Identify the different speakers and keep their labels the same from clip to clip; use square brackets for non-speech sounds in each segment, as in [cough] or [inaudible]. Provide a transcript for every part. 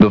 Speaker 1: The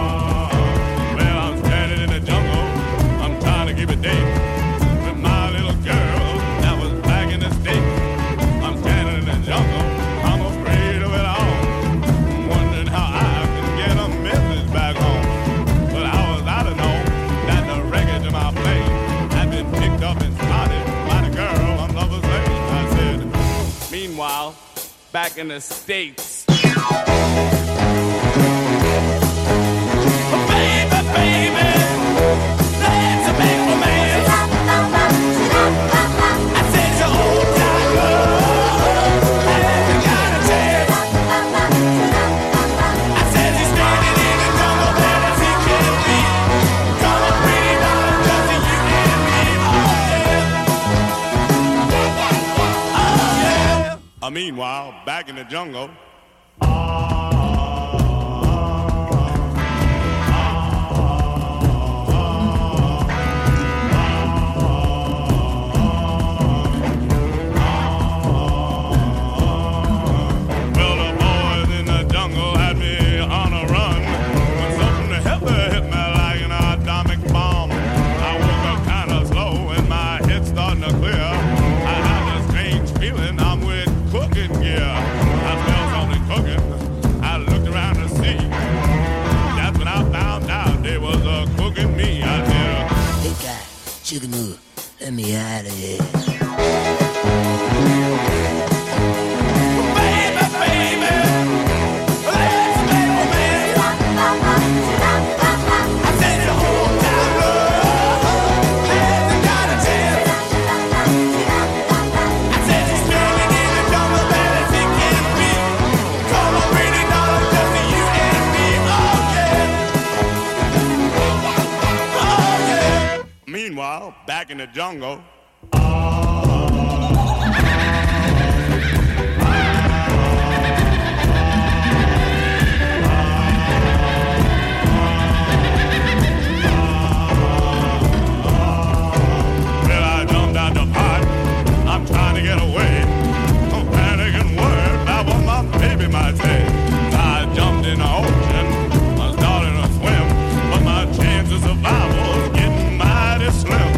Speaker 2: Well, I'm standing in the jungle. I'm trying to give a date with my little girl that was back in the state. I'm standing in the jungle. I'm afraid of it all. I'm wondering how I can get a message back home. But I was out of know that the wreckage of my plane had been picked up and spotted by the girl on Lover's Lane. I said, meanwhile, back in the states. Baby, baby, that's a big romance. I said you old time love has got a chance. I said he's standing in the jungle bed as he can be. Come on, pretty darling, just you and me. Oh yeah, oh yeah. Meanwhile, back in the jungle. Well, the boys in the jungle had me on a run. When something heavy hit me like an atomic bomb. I woke up kind of slow and my head starting to clear. I had a strange feeling I'm with cooking gear. I smelled something cooking. I looked around to see. That's when I found out they was uh, cooking me. I said,
Speaker 3: Hey guy, chicken up. Let me out of here.
Speaker 2: Baby, baby, let's make romance. I said the whole time love hasn't got a chance. I said she's standing in the jungle bed as he can be. Come on, pretty darling, just you and me. Oh yeah, oh yeah. Meanwhile, back in the jungle. Well, I jumped out the pot. I'm trying to get away. I'm panicking, worried about what my baby might say. I jumped in the ocean. I started to swim, but my chance of survival was getting mighty slim.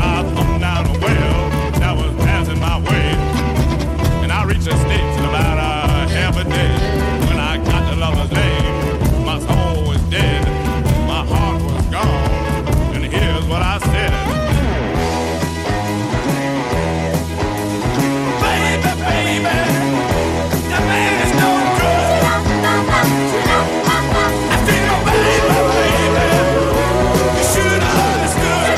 Speaker 2: I thumbed down a well that was passing my way, and I reached the states in about a half a day. When I got to Lover's Lane, my soul was dead. My heart was gone, and here's what I said. Baby, baby, the man is no good. I said, no, baby, baby, you should have understood.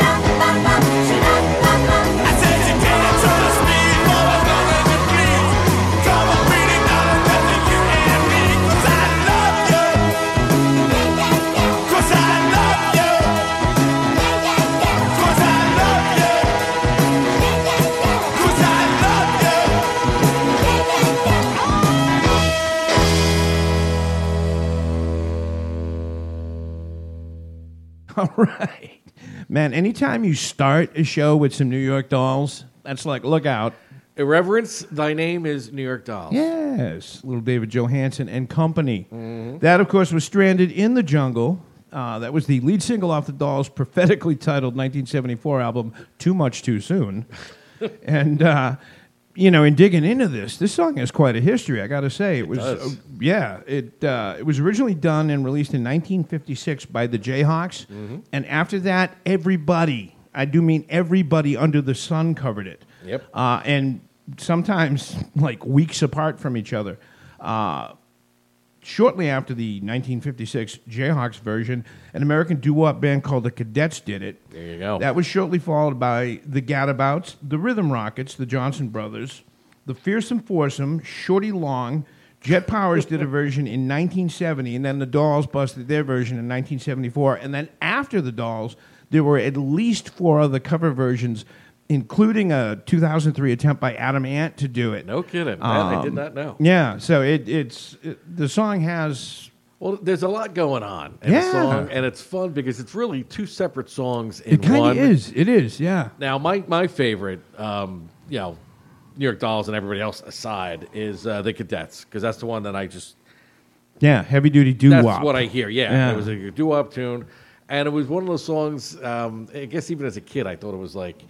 Speaker 2: I said you can't trust me for as long as you please. Come on, pretty darling, just you and me, 'cause I love you. 'Cause I love you. 'Cause I love you. 'Cause I love you.
Speaker 4: All right. Man, anytime you start a show with some New York dolls, that's like, look out. Irreverence, thy name is New York Dolls.
Speaker 5: Yes, little David Johansen and company. That, of course, was stranded in the jungle. Uh, that was the lead single off the Dolls' prophetically titled 1974 album, Too Much Too Soon. and, uh, you know, in digging into this, this song has quite a history, I got to say. It, was, uh, yeah, it, uh, it was originally done and released in 1956 by the Jayhawks. And after that, everybody, I do mean everybody under the sun covered it
Speaker 6: Yep.
Speaker 5: uh, and sometimes like weeks apart from each other. Uh, shortly after the 1956 Jayhawks version, an American doo-wop band called the Cadets did it. There
Speaker 4: you go.
Speaker 5: That was shortly followed by the Gadabouts, the Rhythm Rockets, the Johnson Brothers, the Fearsome Foursome, Shorty Long. Jet Powers did a version in 1970, and then the Dolls busted their version in 1974. And then after the Dolls, there were at least four other cover versions, including a 2003 attempt by Adam Ant to do it.
Speaker 4: No kidding. That I did not know.
Speaker 5: Yeah, so it, it's it, the song has
Speaker 4: Well, there's a lot going on in
Speaker 5: Yeah.
Speaker 4: the song, and it's fun because it's really two separate songs in
Speaker 5: It kind
Speaker 4: one.
Speaker 5: of is. It is. Yeah.
Speaker 4: Now, my my favorite, um, you know, New York Dolls and everybody else aside, is uh, the Cadets because that's the one that I just
Speaker 5: Yeah. Heavy duty doo wop.
Speaker 4: that's what I hear. Yeah,
Speaker 5: Yeah.
Speaker 4: it was a doo wop tune, and it was one of those songs. Um, I guess even as a kid, I thought it was like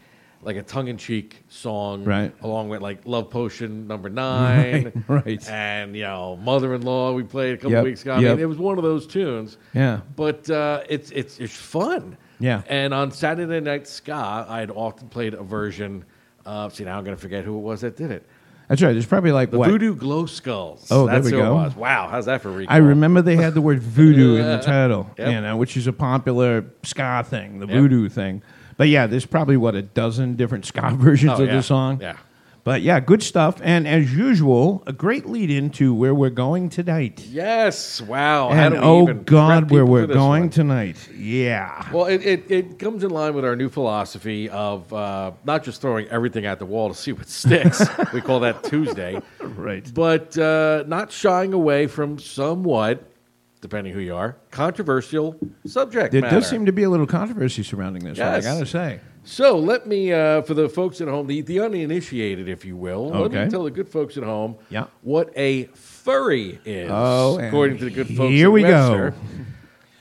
Speaker 4: like a tongue in cheek song,
Speaker 5: Right.
Speaker 4: Along with like Love Potion Number Nine,
Speaker 5: [laughs] Right, right.
Speaker 4: and you know Mother in Law. We played a couple
Speaker 5: Yep,
Speaker 4: weeks ago. I
Speaker 5: yep.
Speaker 4: mean, it was one of those tunes.
Speaker 5: Yeah.
Speaker 4: but uh, it's it's it's fun.
Speaker 5: Yeah.
Speaker 4: and on Saturday Night Ska, I had often played a version. of see now I'm going to forget who it was that did it.
Speaker 5: That's right. There's probably like
Speaker 4: The
Speaker 5: what
Speaker 4: Voodoo Glow Skulls.
Speaker 5: Oh, there
Speaker 4: that's
Speaker 5: we
Speaker 4: who
Speaker 5: go.
Speaker 4: it was. Wow, how's that for recall?
Speaker 5: I remember they had the word voodoo
Speaker 4: [laughs]
Speaker 5: in the title,
Speaker 4: Yep.
Speaker 5: you know, which is a popular ska thing, the voodoo thing. But yeah, there's probably what a dozen different ska [laughs] versions
Speaker 4: Oh,
Speaker 5: of
Speaker 4: yeah.
Speaker 5: the song.
Speaker 4: Yeah.
Speaker 5: But yeah, good stuff. And as usual, a great lead into where we're going tonight.
Speaker 4: Yes! Wow! How
Speaker 5: and
Speaker 4: do we
Speaker 5: oh
Speaker 4: even prep
Speaker 5: God, where
Speaker 4: people
Speaker 5: we're
Speaker 4: for this
Speaker 5: going
Speaker 4: one?
Speaker 5: tonight. Yeah.
Speaker 4: Well, it, it, it comes in line with our new philosophy of uh, not just throwing everything at the wall to see
Speaker 5: [laughs]
Speaker 4: what sticks. we call that Tuesday,
Speaker 5: Right.
Speaker 4: but uh, not shying away from somewhat, depending who you are, controversial subject
Speaker 5: There
Speaker 4: matter.
Speaker 5: does seem to be a little controversy surrounding this one, I
Speaker 4: Yes.
Speaker 5: gotta say.
Speaker 4: So let me, uh, for the folks at home, the, the uninitiated, if you will, let
Speaker 5: Okay.
Speaker 4: me tell the good folks at home
Speaker 5: Yeah.
Speaker 4: what a furry is,
Speaker 5: Oh, and
Speaker 4: according to the good folks
Speaker 5: here
Speaker 4: at
Speaker 5: we go.
Speaker 4: Webster.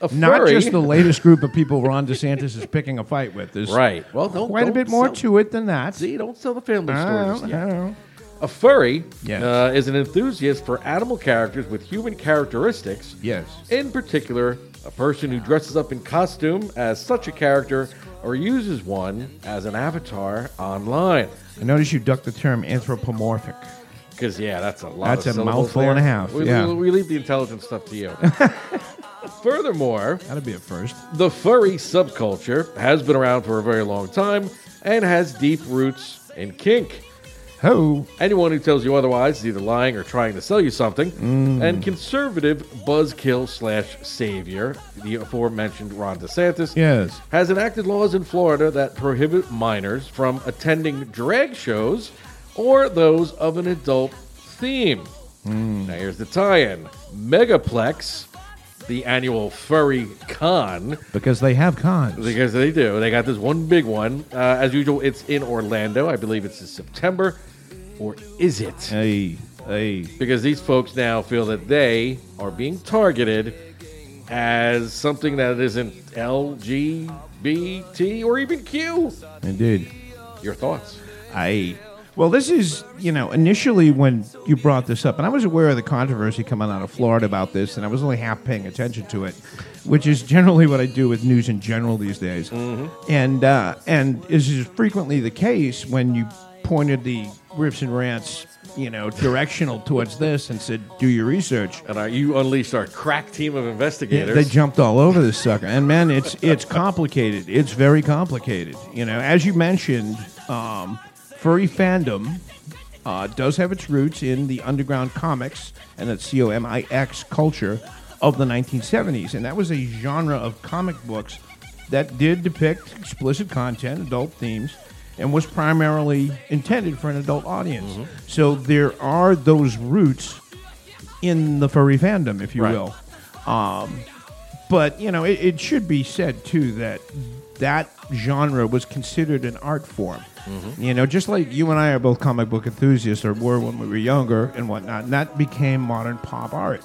Speaker 4: A
Speaker 5: Not
Speaker 4: furry-
Speaker 5: just the latest group of people Ron DeSantis is picking a fight with. There's
Speaker 4: Right. Well, don't-
Speaker 5: quite a
Speaker 4: don't
Speaker 5: bit more
Speaker 4: sell-
Speaker 5: to it than that.
Speaker 4: See, don't sell the family
Speaker 5: I
Speaker 4: store just
Speaker 5: don't
Speaker 4: yet.
Speaker 5: know.
Speaker 4: A furry
Speaker 5: Oh, Yes.
Speaker 4: uh, is an enthusiast for animal characters with human characteristics.
Speaker 5: Yes.
Speaker 4: In particular, a person who dresses up in costume as such a character or uses one as an avatar online.
Speaker 5: I notice you ducked the term anthropomorphic.
Speaker 4: Because yeah, that's a lot.
Speaker 5: That's
Speaker 4: of
Speaker 5: a
Speaker 4: syllables
Speaker 5: mouthful
Speaker 4: there.
Speaker 5: and a half,
Speaker 4: We,
Speaker 5: yeah.
Speaker 4: we, we leave the intelligent stuff to you. [laughs] Furthermore,
Speaker 5: That'd be a first.
Speaker 4: the furry subculture has been around for a very long time and has deep roots in kink.
Speaker 5: Ho.
Speaker 4: Anyone who tells you otherwise is either lying or trying to sell you something. And conservative buzzkill slash savior, the aforementioned Ron DeSantis,
Speaker 5: Yes.
Speaker 4: has enacted laws in Florida that prohibit minors from attending drag shows or those of an adult theme. Now, here's the tie in Megaplex, the annual furry con,
Speaker 5: Because they have cons.
Speaker 4: because they do. They got this one big one. Uh, as usual, it's in Orlando. I believe it's in September. Or is it?
Speaker 5: hey, hey.
Speaker 4: because these folks now feel that they are being targeted as something that isn't LGBT or even Q.
Speaker 5: Indeed.
Speaker 4: Your thoughts?
Speaker 5: I. Well, this is, you know, initially when you brought this up, and I was aware of the controversy coming out of Florida about this, and I was only half paying attention to it, which is generally what I do with news in general these days. And uh, and this is frequently the case when you pointed the rips and rants, you know, directional towards this and said, do your research.
Speaker 4: And are you unleashed our crack team of
Speaker 5: Yeah,
Speaker 4: investigators?
Speaker 5: they jumped all over this sucker, and man, it's it's complicated. It's very complicated. You know, as you mentioned, um, furry fandom uh, does have its roots in the underground comics and that C O M I X culture of the 1970s, and that was a genre of comic books that did depict explicit content, adult themes, and was primarily intended for an adult audience. So there are those roots in the furry fandom, if you
Speaker 4: Right.
Speaker 5: will. Um, but you know, it, it should be said too that that genre was considered an art form. You know, just like you and I are both comic book enthusiasts, or were when we were younger and whatnot. And that became modern pop art,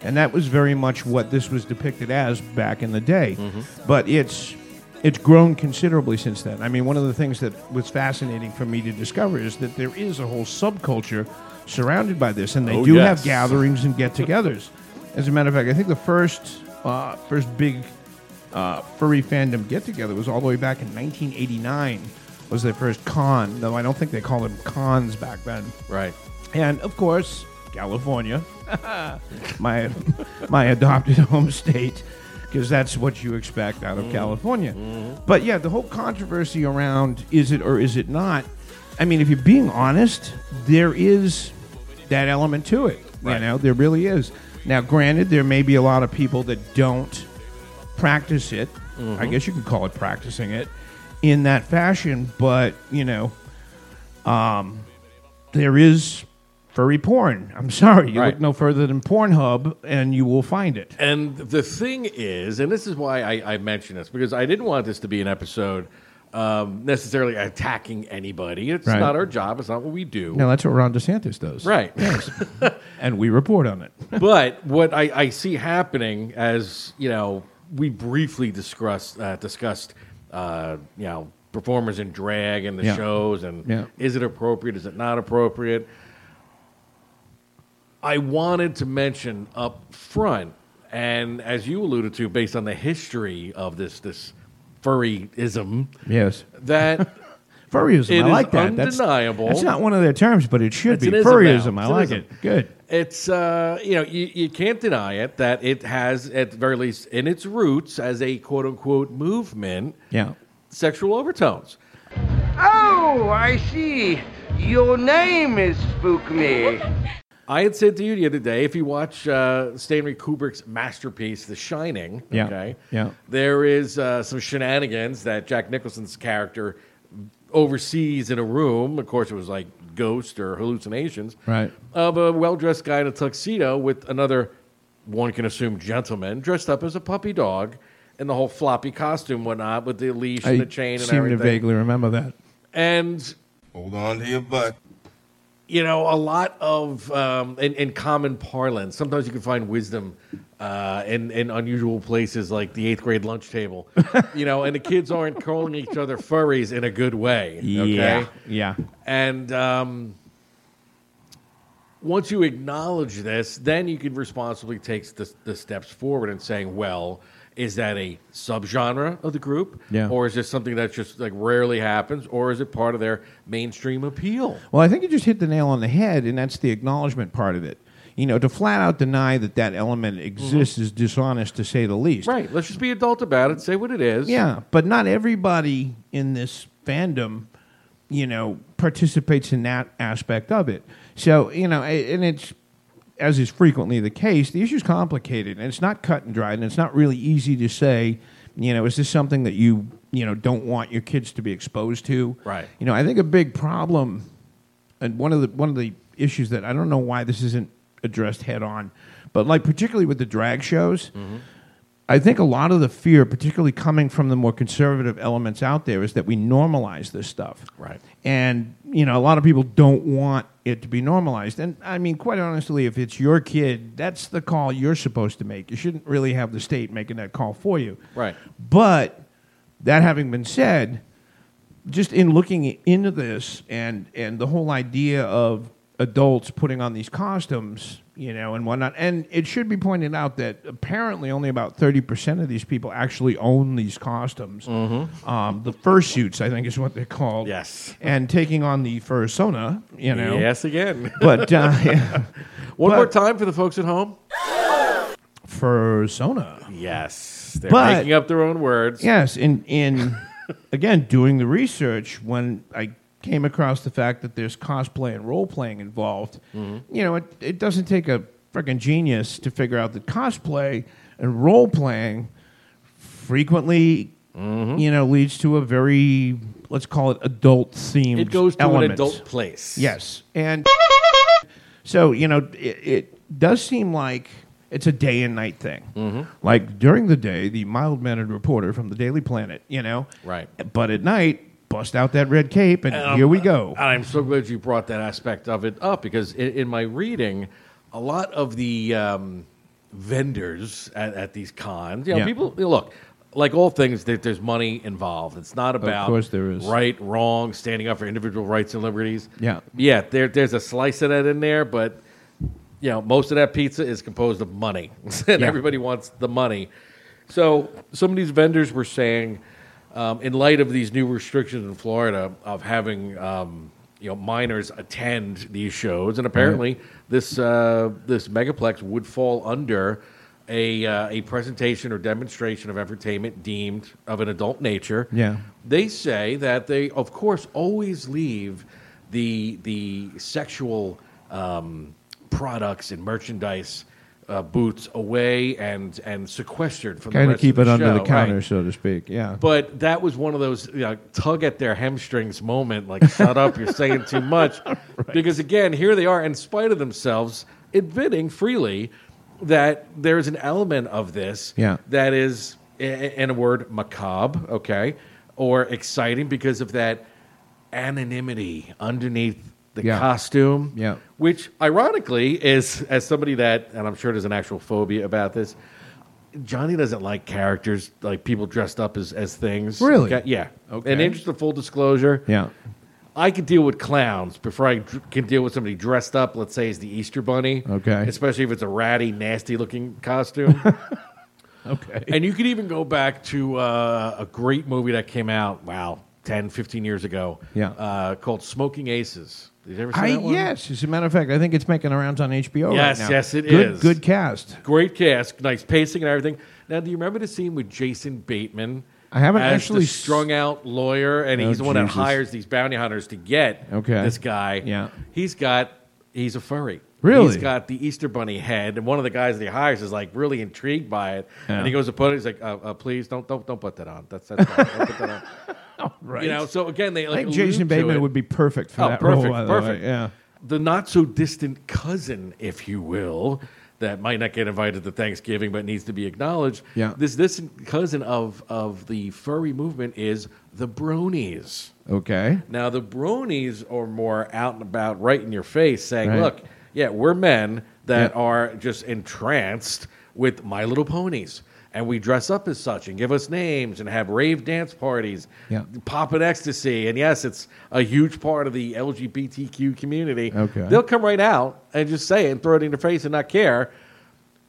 Speaker 5: and that was very much what this was depicted as back in the day. But it's it's grown considerably since then. I mean, one of the things that was fascinating for me to discover is that there is a whole subculture surrounded by this, and they
Speaker 6: Oh,
Speaker 5: do
Speaker 6: yes.
Speaker 5: have gatherings and get-togethers. As a matter of fact, I think the first uh, first big uh, furry fandom get-together was all the way back in 1989. Was their first con? Though I don't think they called them cons back then.
Speaker 4: Right.
Speaker 5: And of course, California, [laughs] my my adopted [laughs] home state, because that's what you expect out of California. But yeah, the whole controversy around is it or is it not? I mean, if you're being honest, there is that element to it. You know, there really is. Now, granted, there may be a lot of people that don't practice it. I guess you can call it practicing it in that fashion, but you know, um, there is furry porn. I'm sorry, you
Speaker 4: Right.
Speaker 5: look no further than Pornhub, and you will find it.
Speaker 4: And the thing is, and this is why I, I mention this because I didn't want this to be an episode um, necessarily attacking anybody. It's
Speaker 5: Right.
Speaker 4: not our job. It's not what we do.
Speaker 5: Now that's what Ron DeSantis does,
Speaker 4: Right.
Speaker 5: And we report on it.
Speaker 4: but what I, I see happening, as you know, we briefly discussed uh, discussed uh, you know performers in drag and the
Speaker 5: Yeah.
Speaker 4: shows, and
Speaker 5: Yeah.
Speaker 4: is it appropriate? Is it not appropriate? I wanted to mention up front, and as you alluded to, based on the history of this this furryism,
Speaker 5: Yes,
Speaker 4: that
Speaker 5: [laughs] furryism.
Speaker 4: It
Speaker 5: I
Speaker 4: is
Speaker 5: like that.
Speaker 4: undeniable.
Speaker 5: That's, that's not one of their terms, but it should
Speaker 4: It's
Speaker 5: be
Speaker 4: an ism
Speaker 5: furryism.
Speaker 4: now.
Speaker 5: I
Speaker 4: It's an
Speaker 5: like
Speaker 4: ism.
Speaker 5: it. [laughs] Good.
Speaker 4: It's uh, you know you, you can't deny it that it has at the very least in its roots as a quote unquote movement
Speaker 5: Yeah.
Speaker 4: sexual overtones.
Speaker 7: Oh, I see. Your name is Spook Me.
Speaker 4: I had said to you the other day if you watch uh, Stanley Kubrick's masterpiece The Shining,
Speaker 5: Yeah.
Speaker 4: okay,
Speaker 5: Yeah.
Speaker 4: there is uh, some shenanigans that Jack Nicholson's character oversees in a room. Of course, it was like ghost or hallucinations,
Speaker 5: Right.
Speaker 4: Of a well-dressed guy in a tuxedo with another, one can assume gentleman, dressed up as a puppy dog, and the whole floppy costume, whatnot, with the leash and the chain and
Speaker 5: seem
Speaker 4: everything.
Speaker 5: to vaguely remember that.
Speaker 4: And
Speaker 2: Hold on to your butt.
Speaker 4: you know, a lot of um, in, in common parlance. Sometimes you can find wisdom uh, in in unusual places, like the eighth grade
Speaker 5: [laughs]
Speaker 4: lunch table. you know, and the kids aren't calling each other furries in a good way. Okay?
Speaker 5: Yeah. Yeah.
Speaker 4: And um, once you acknowledge this, then you can responsibly take the, the steps forward and saying, well, is that a subgenre of the group?
Speaker 5: Yeah.
Speaker 4: Or is this something that just like rarely happens? Or is it part of their mainstream appeal?
Speaker 5: Well, I think you just hit the nail on the head, and that's the acknowledgement part of it. You know, to flat out deny that that element exists is dishonest, to say the least.
Speaker 4: Mm-hmm. Right. Let's just be adult about it. Say what it is.
Speaker 5: Yeah, but not everybody in this fandom, you know, participates in that aspect of it. So, you know, a- and it's as is frequently the case, the issue's complicated and it's not cut and dried and it's not really easy to say, you know, is this something that you, you know, don't want your kids to be exposed to?
Speaker 4: Right.
Speaker 5: You know, I think a big problem and one of the one of the issues that I don't know why this isn't addressed head on, but like particularly with the drag shows, I think a lot of the fear, particularly coming from the more conservative elements out there, is that we normalize this stuff.
Speaker 4: Right.
Speaker 5: And, you know, a lot of people don't want it to be normalized. And I mean, quite honestly, if it's your kid, that's the call you're supposed to make. You shouldn't really have the state making that call for you.
Speaker 4: Right.
Speaker 5: But that having been said, just in looking into this and and the whole idea of adults putting on these costumes, you know, and whatnot. And it should be pointed out that apparently only about thirty percent of these people actually own these costumes.
Speaker 4: Mm-hmm.
Speaker 5: Um, the fursuits, I think, is what they're called.
Speaker 4: Yes.
Speaker 5: And taking on the fursona, you know. [laughs]
Speaker 4: Yes, again.
Speaker 5: But uh, [laughs] yeah.
Speaker 4: One more
Speaker 5: But-
Speaker 4: time for the folks at home.
Speaker 5: fursona.
Speaker 4: Yes. They're
Speaker 5: But-
Speaker 4: making up their own words.
Speaker 5: Yes, in in [laughs] again doing the research when I came across the fact that there's cosplay and role playing involved, you know, it, it doesn't take a freaking genius to figure out that cosplay and role playing frequently you know leads to a very let's call it adult themed
Speaker 4: It goes to an adult place.
Speaker 5: Yes, and so you know, it, it does seem like it's a day and night thing.
Speaker 4: Mm-hmm.
Speaker 5: Like during the day, the mild mannered reporter from the Daily Planet, you know,
Speaker 4: Right.
Speaker 5: But at night,
Speaker 8: bust out that red cape, and, here we go.
Speaker 4: Um, I'm so glad you brought that aspect of it up because in, in my reading, a lot of the um, vendors at, at these cons, you know,
Speaker 8: Yeah.
Speaker 4: people you know, look. Like all things, there- there's money involved. It's not about
Speaker 8: course there is.
Speaker 4: right, wrong, standing up for individual rights and liberties.
Speaker 8: Yeah.
Speaker 4: yeah. There, there's a slice of that in there, but you know, most of that pizza is composed of money, [laughs] and
Speaker 8: Yeah.
Speaker 4: everybody wants the money. So some of these vendors were saying, um, in light of these new restrictions in Florida of having um, you know minors attend these shows, and apparently this uh, this megaplex would fall under a uh, a presentation or demonstration of entertainment deemed of an adult nature.
Speaker 8: Yeah.
Speaker 4: They say that they, of course, always leave the the sexual um, products and merchandise uh, booths away and and sequestered from the
Speaker 8: Kind of
Speaker 4: rest
Speaker 8: keep
Speaker 4: of
Speaker 8: it
Speaker 4: the
Speaker 8: under the
Speaker 4: show,
Speaker 8: counter,
Speaker 4: right.
Speaker 8: so to speak. Yeah.
Speaker 4: But that was one of those you know, tug at their hamstrings moment, like shut up, you're saying too
Speaker 8: [laughs]
Speaker 4: much. Because again, here they are, in spite of themselves, admitting freely that there is an element of this
Speaker 8: Yeah.
Speaker 4: that is, i- in a word, macabre, okay, or exciting because of that anonymity underneath the
Speaker 8: Yeah.
Speaker 4: costume.
Speaker 8: Yeah.
Speaker 4: Which, ironically, is as somebody that, and I'm sure there's an actual phobia about this. Johnny doesn't like characters like people dressed up as, as things.
Speaker 8: Really?
Speaker 4: Okay, Yeah.
Speaker 8: Okay.
Speaker 4: In the interest of full disclosure,
Speaker 8: Yeah.
Speaker 4: I can deal with clowns before I dr- can deal with somebody dressed up, let's say, as the Easter Bunny.
Speaker 8: Okay.
Speaker 4: Especially if it's a ratty, nasty looking costume.
Speaker 8: [laughs] Okay.
Speaker 4: and you could even go back to uh, a great movie that came out, wow, 10, 15 years ago.
Speaker 8: Yeah.
Speaker 4: Uh, called Smoking Aces. Did you ever see
Speaker 8: I,
Speaker 4: that one?
Speaker 8: yes, as a matter of fact, I think it's making the rounds on HBO
Speaker 4: Yes,
Speaker 8: right now.
Speaker 4: yes, it
Speaker 8: it is. good,
Speaker 4: is.
Speaker 8: Good cast.
Speaker 4: Great cast, nice pacing and everything. Now, do you remember the scene with Jason Bateman?
Speaker 8: I haven't
Speaker 4: as
Speaker 8: actually
Speaker 4: the
Speaker 8: s-
Speaker 4: strung out lawyer, and
Speaker 8: Oh,
Speaker 4: he's the one
Speaker 8: Jesus.
Speaker 4: that hires these bounty hunters to get
Speaker 8: Okay.
Speaker 4: this guy.
Speaker 8: Yeah.
Speaker 4: he's got he's a furry.
Speaker 8: Really?
Speaker 4: he's got the Easter Bunny head, and one of the guys that he hires is like really intrigued by it,
Speaker 8: Yeah.
Speaker 4: and he goes to put it. He's like, uh, uh, "Please don't don't don't put that on. That's that's fine. don't put that
Speaker 8: [laughs]
Speaker 4: on."
Speaker 8: Right.
Speaker 4: You know, so again, they
Speaker 8: I
Speaker 4: like
Speaker 8: think Jason
Speaker 4: allude to
Speaker 8: Bateman
Speaker 4: it.
Speaker 8: would be perfect for
Speaker 4: Oh,
Speaker 8: that
Speaker 4: perfect,
Speaker 8: role. by the
Speaker 4: perfect.
Speaker 8: way. Yeah.
Speaker 4: the not so distant cousin, if you will, that might not get invited to Thanksgiving but needs to be acknowledged.
Speaker 8: Yeah.
Speaker 4: This this cousin of of the furry movement is the bronies.
Speaker 8: Okay.
Speaker 4: Now the bronies are more out and about, right in your face, saying,
Speaker 8: Right.
Speaker 4: "Look, yeah, we're men that
Speaker 8: Yeah.
Speaker 4: are just entranced with My Little Ponies." And we dress up as such and give us names and have rave dance parties,
Speaker 8: Yeah.
Speaker 4: pop and ecstasy. And yes, it's a huge part of the LGBTQ community.
Speaker 8: Okay.
Speaker 4: They'll come right out and just say it and throw it in your face and not care,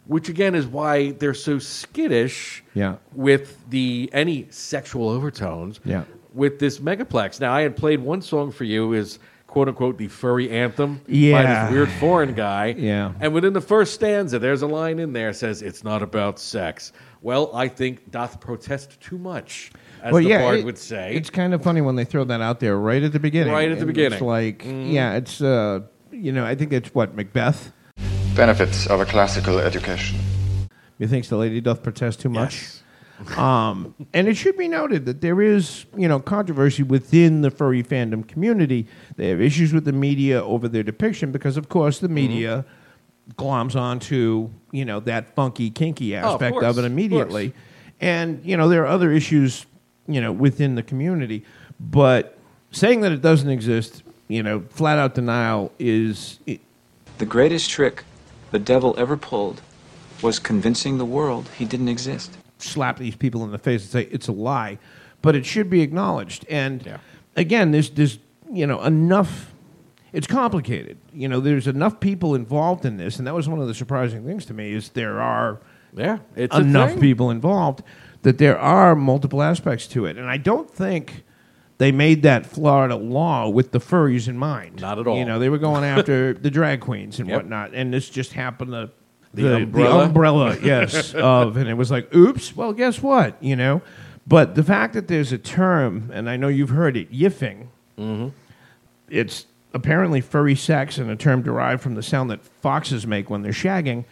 Speaker 4: which again is why they're so skittish
Speaker 8: Yeah.
Speaker 4: with the any sexual overtones
Speaker 8: Yeah.
Speaker 4: with this megaplex. Now I had played one song for you is quote unquote the furry anthem by
Speaker 8: Yeah.
Speaker 4: this weird foreign guy.
Speaker 8: [laughs] Yeah.
Speaker 4: And within the first stanza, there's a line in there that says it's not about sex. Well, I think doth protest too much, as the bard
Speaker 8: it-
Speaker 4: would say.
Speaker 8: It's kind of funny when they throw that out there right at the beginning.
Speaker 4: Right at the
Speaker 8: And
Speaker 4: beginning. Mm-hmm.
Speaker 8: It's like, yeah, it's, uh, you know, I think it's what, Macbeth?
Speaker 9: Benefits of a classical education.
Speaker 8: Methinks the lady doth protest too much.
Speaker 4: Yes.
Speaker 8: Um, and it should be noted that there is, you know, controversy within the furry fandom community. They have issues with the media over their depiction because, of course, the media gloms onto, you know, that funky, kinky
Speaker 4: Oh, of
Speaker 8: aspect
Speaker 4: course,
Speaker 8: of it
Speaker 4: of
Speaker 8: immediately. And, you know, there are other issues, you know, within the community. But saying that it doesn't exist, you know, flat out denial is, i-
Speaker 2: The greatest trick the devil ever pulled was convincing the world he didn't exist.
Speaker 8: slap these people in the face and say it's a lie, but it should be acknowledged. And again, there's there's you know enough. It's complicated. You know, there's enough people involved in this, and that was one of the surprising things to me is there are
Speaker 4: yeah, it's a
Speaker 8: enough
Speaker 4: thing.
Speaker 8: people involved that there are multiple aspects to it, and I don't think. They made that Florida law with the furries in mind.
Speaker 4: Not at all.
Speaker 8: You know, they were going after the drag queens and
Speaker 4: Yep.
Speaker 8: whatnot, and this just happened to
Speaker 4: The umbrella?
Speaker 8: [laughs] umbrella, yes, of, and it was like, oops, well, guess what, you know? But the fact that there's a term, and I know you've heard it, yiffing, Mm-hmm. it's apparently furry sex and a term derived from the sound that foxes make when they're shagging.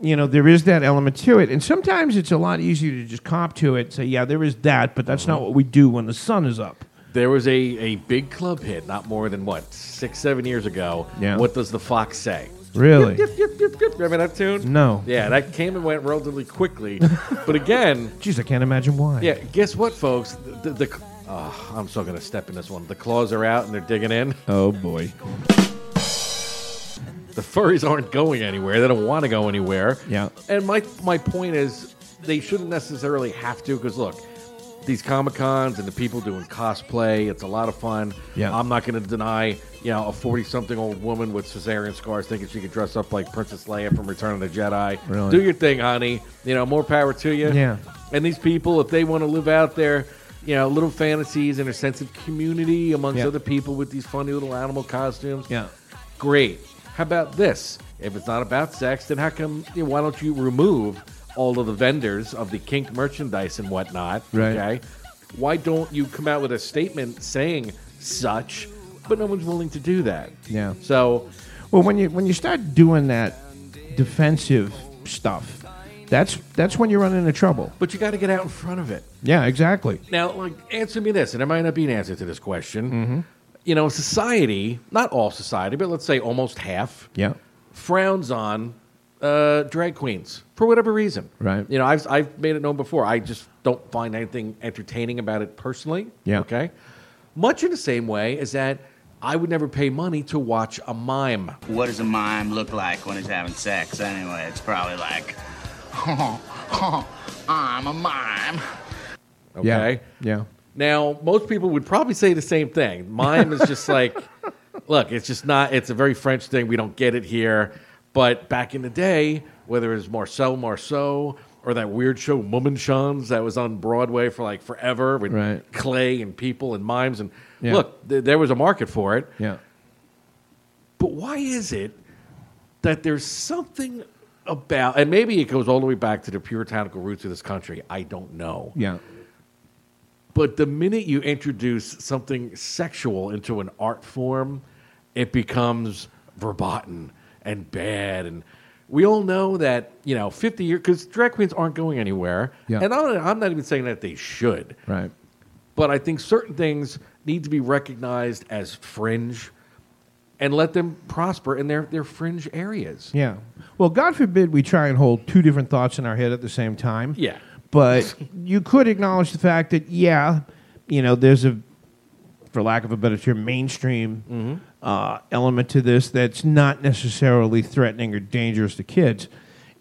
Speaker 8: You know, there is that element to it. And sometimes it's a lot easier to just cop to it and say, yeah, there is that, but that's not what we do when the sun is up.
Speaker 4: There was a, a big club hit not more than what, six, seven years ago.
Speaker 8: Yeah.
Speaker 4: What does the fox say?
Speaker 8: Really?
Speaker 4: Yip, yip, yip, yip. Remember that tune?
Speaker 8: No.
Speaker 4: Mm. Yeah, that came and went relatively quickly. [laughs] but again,
Speaker 8: Jeez, I can't imagine why.
Speaker 4: Yeah, guess what, folks? The, the, the Ah, I'm still gonna step in this one. The claws are out and they're digging in.
Speaker 8: Oh boy.
Speaker 4: The furries aren't going anywhere. They don't want to go anywhere.
Speaker 8: Yeah.
Speaker 4: And my my point is, they shouldn't necessarily have to. Because look, these comic cons and the people doing cosplay, it's a lot of fun.
Speaker 8: Yeah.
Speaker 4: I'm not going to deny, you know, a forty something old woman with cesarean scars thinking she could dress up like Princess Leia from Return of the Jedi.
Speaker 8: Really?
Speaker 4: Do your thing, honey. You know, more power to you.
Speaker 8: Yeah.
Speaker 4: And these people, if they want to live out their, you know, little fantasies and a sense of community amongst
Speaker 8: Yeah.
Speaker 4: other people with these funny little animal costumes.
Speaker 8: Yeah.
Speaker 4: Great. How about this? If it's not about sex, then how come? You know, why don't you remove all of the vendors of the kink merchandise and whatnot?
Speaker 8: Right.
Speaker 4: Okay. Why don't you come out with a statement saying such? But no one's willing to do that.
Speaker 8: Yeah.
Speaker 4: So
Speaker 8: Well, when you when you start doing that defensive stuff, that's that's when you run into trouble.
Speaker 4: But you got to get out in front of it.
Speaker 8: Yeah, exactly.
Speaker 4: Now, like, answer me this, and there might not be an answer to this question.
Speaker 8: Mhm.
Speaker 4: You know, society, not all society, but let's say almost half,
Speaker 8: Yeah.
Speaker 4: frowns on uh, drag queens for whatever reason.
Speaker 8: Right.
Speaker 4: You know, I've, I've made it known before. I just don't find anything entertaining about it personally.
Speaker 8: Yeah.
Speaker 4: Okay. Much in the same way as that I would never pay money to watch a mime.
Speaker 5: What does a mime look like when he's having sex? Anyway, it's probably like, [laughs] "Oh, I'm a mime.
Speaker 4: Okay.
Speaker 8: Yeah.
Speaker 4: Now, most people would probably say the same thing. Mime is just like,
Speaker 8: [laughs]
Speaker 4: look, it's just not, it's a very French thing. We don't get it here. But back in the day, whether it was Marcel Marceau or that weird show, Mummenshans, that was on Broadway for like forever with
Speaker 8: Right.
Speaker 4: clay and people and mimes. And
Speaker 8: Yeah.
Speaker 4: look, th- there was a market for it.
Speaker 8: Yeah.
Speaker 4: But why is it that there's something about, and maybe it goes all the way back to the puritanical roots of this country. I don't know.
Speaker 8: Yeah.
Speaker 4: But the minute you introduce something sexual into an art form, it becomes verboten and bad. And we all know that, you know, 50 years, because drag queens aren't going anywhere.
Speaker 8: Yeah.
Speaker 4: And I'm, I'm not even saying that they should.
Speaker 8: Right.
Speaker 4: But I think certain things need to be recognized as fringe and let them prosper in their, their fringe areas.
Speaker 8: Yeah. Well, God forbid we try and hold two different thoughts in our head at the same time.
Speaker 4: Yeah.
Speaker 8: But you could acknowledge the fact that, yeah, you know, there's a, for lack of a better term, mainstream uh, element to this that's not necessarily threatening or dangerous to kids.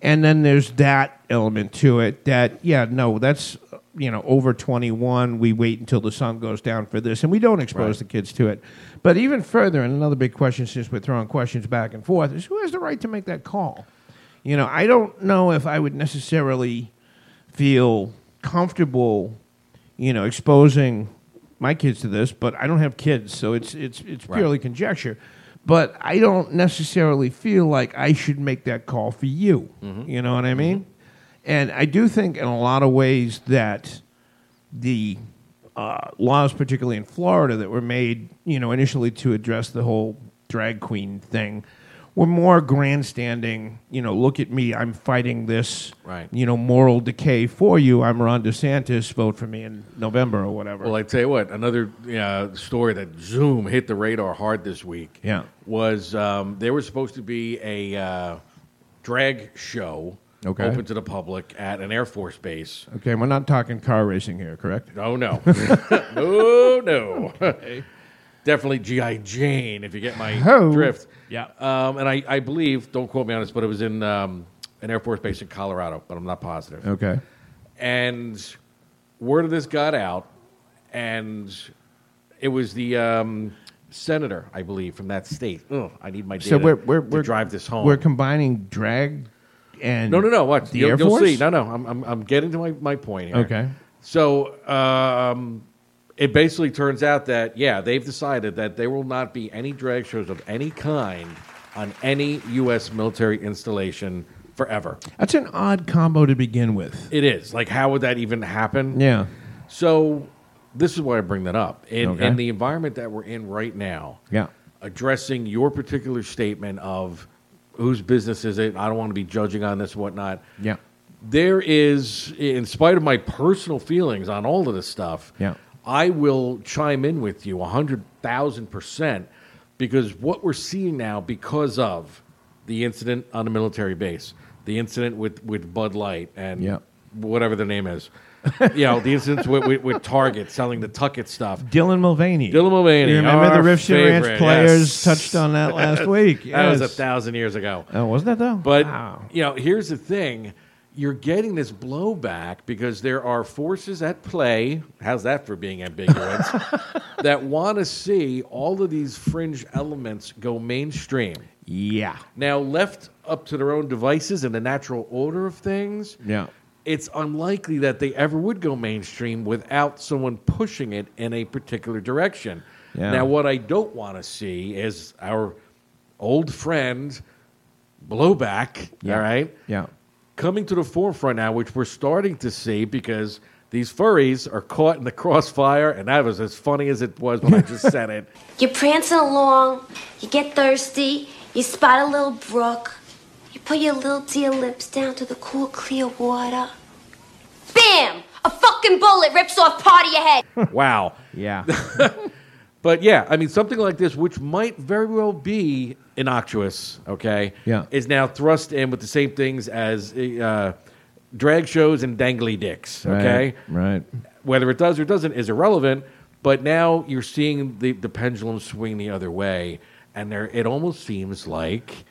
Speaker 8: And then there's that element to it that, yeah, no, that's, you know, over 21. We wait until the sun goes down for this, and we don't expose
Speaker 4: Right.
Speaker 8: the kids to it. But even further, and another big question since we're throwing questions back and forth is who has the right to make that call? You know, I don't know if I would necessarily feel comfortable, you know, exposing my kids to this, but I don't have kids, so it's it's it's
Speaker 4: Right.
Speaker 8: purely conjecture. But I don't necessarily feel like I should make that call for you.
Speaker 4: Mhm.
Speaker 8: You know what I mean? And I do think in a lot of ways that the uh, laws, particularly in Florida, that were made, you know, initially to address the whole drag queen thing, were more grandstanding. You know, look at me, I'm fighting this,
Speaker 4: Right.
Speaker 8: you know, moral decay for you. I'm Ron DeSantis. Vote for me in November or whatever.
Speaker 4: Well, I tell you what, another uh, story that Zoom hit the radar hard this week.
Speaker 8: Yeah.
Speaker 4: was um, there was supposed to be a uh, drag show
Speaker 8: Okay.
Speaker 4: open to the public at an Air Force base.
Speaker 8: Okay, we're not talking car racing here, correct?
Speaker 4: Oh no, [laughs] no, no. Definitely GI Jane, if you get my
Speaker 8: Oh.
Speaker 4: drift.
Speaker 8: Yeah.
Speaker 4: Um, and I, I believe, don't quote me on this, but it was in um, an Air Force base in Colorado, but I'm not positive.
Speaker 8: Okay.
Speaker 4: and word of this got out, and it was the um, senator, I believe, from that state. Ugh, I need my data
Speaker 8: So we're we're,
Speaker 4: to
Speaker 8: we're
Speaker 4: drive this home.
Speaker 8: We're combining drag and
Speaker 4: no, no, no. Watch
Speaker 8: the
Speaker 4: you'll,
Speaker 8: Air
Speaker 4: you'll
Speaker 8: Force.
Speaker 4: see. No, no. I'm, I'm, I'm getting to my, my point here.
Speaker 8: Okay.
Speaker 4: So um, it basically turns out that yeah, they've decided that there will not be any drag shows of any kind on any U.S. military installation forever.
Speaker 8: That's an odd combo to begin with.
Speaker 4: It is. Like, how would that even happen?
Speaker 8: Yeah.
Speaker 4: So, this is why I bring that up. In,
Speaker 8: Okay.
Speaker 4: in the environment that we're in right now,
Speaker 8: Yeah.
Speaker 4: addressing your particular statement of whose business is it? I don't want to be judging on this, whatnot.
Speaker 8: Yeah.
Speaker 4: There is, in spite of my personal feelings on all of this stuff,
Speaker 8: Yeah.
Speaker 4: I will chime in with you 100,000% because what we're seeing now because of the incident on the military base, the incident with, with Bud Light and
Speaker 8: Yeah.
Speaker 4: whatever the name is. [laughs] you know, the incidents with, with, with Target selling the Tucket stuff.
Speaker 5: Dylan Mulvaney.
Speaker 4: Dylan Mulvaney.
Speaker 5: You remember
Speaker 4: our
Speaker 5: the Rift City Ranch
Speaker 4: favorite,
Speaker 5: players
Speaker 4: yes.
Speaker 5: touched on that
Speaker 4: [laughs]
Speaker 5: last week.
Speaker 4: That was a
Speaker 5: Yes.
Speaker 4: thousand years ago.
Speaker 5: Oh, wasn't it, though?
Speaker 4: But
Speaker 5: Wow.
Speaker 4: you know, here's the thing: you're getting this blowback because there are forces at play. How's that for
Speaker 5: [laughs]
Speaker 4: being ambiguous? that want to see all of these fringe elements go mainstream.
Speaker 5: Yeah.
Speaker 4: Now left up to their own devices in the natural order of things.
Speaker 5: Yeah.
Speaker 4: It's unlikely that they ever would go mainstream without someone pushing it in a particular direction.
Speaker 5: Yeah.
Speaker 4: Now, what I don't want to see is our old friend blowback,
Speaker 5: Yeah.
Speaker 4: all right,
Speaker 5: Yeah.
Speaker 4: coming to the forefront now, which we're starting to see because these furries are caught in the [laughs] crossfire, and that was as funny as it was when I just said it.
Speaker 10: You're prancing along, you get thirsty, you spot a little brook, you put your little dear lips down to the cool, clear water. Bam! A fucking bullet rips off part of your head.
Speaker 4: Wow.
Speaker 5: Yeah.
Speaker 4: [laughs] but yeah, I mean, something like this, which might very well be innocuous, okay?
Speaker 5: Yeah.
Speaker 4: Is now thrust in with the same things as uh, drag shows and dangly dicks, okay?
Speaker 5: Right.
Speaker 4: Whether it does or doesn't is irrelevant, but now you're seeing the, the pendulum swing the other way, and there, it almost seems like,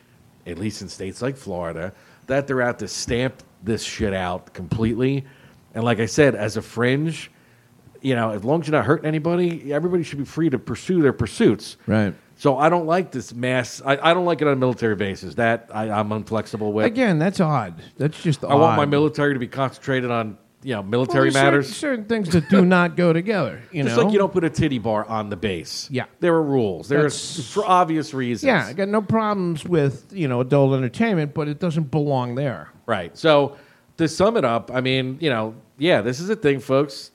Speaker 4: at least in states like Florida, that they're out to stamp this shit out completely. And like I said, as a fringe, you know, as long as you're not hurting anybody, everybody should be free to pursue their pursuits.
Speaker 5: Right.
Speaker 4: So I don't like this mass. I, I don't like it on military bases. That I, I'm unflexible with.
Speaker 5: Again, that's odd. That's just
Speaker 4: I want my
Speaker 5: odd.
Speaker 4: military to be concentrated on you know
Speaker 5: Well,
Speaker 4: military
Speaker 5: there's certain-
Speaker 4: matters.
Speaker 5: Certain, things that do not go together. You
Speaker 4: Just
Speaker 5: know,
Speaker 4: like you don't put a titty bar on the base.
Speaker 5: Yeah.
Speaker 4: There are rules. There are
Speaker 5: That's-
Speaker 4: for obvious reasons.
Speaker 5: Yeah, I got no problems with you know adult entertainment, but it doesn't belong there.
Speaker 4: Right. So to sum it up, I mean, you know, yeah, this is a thing, folks.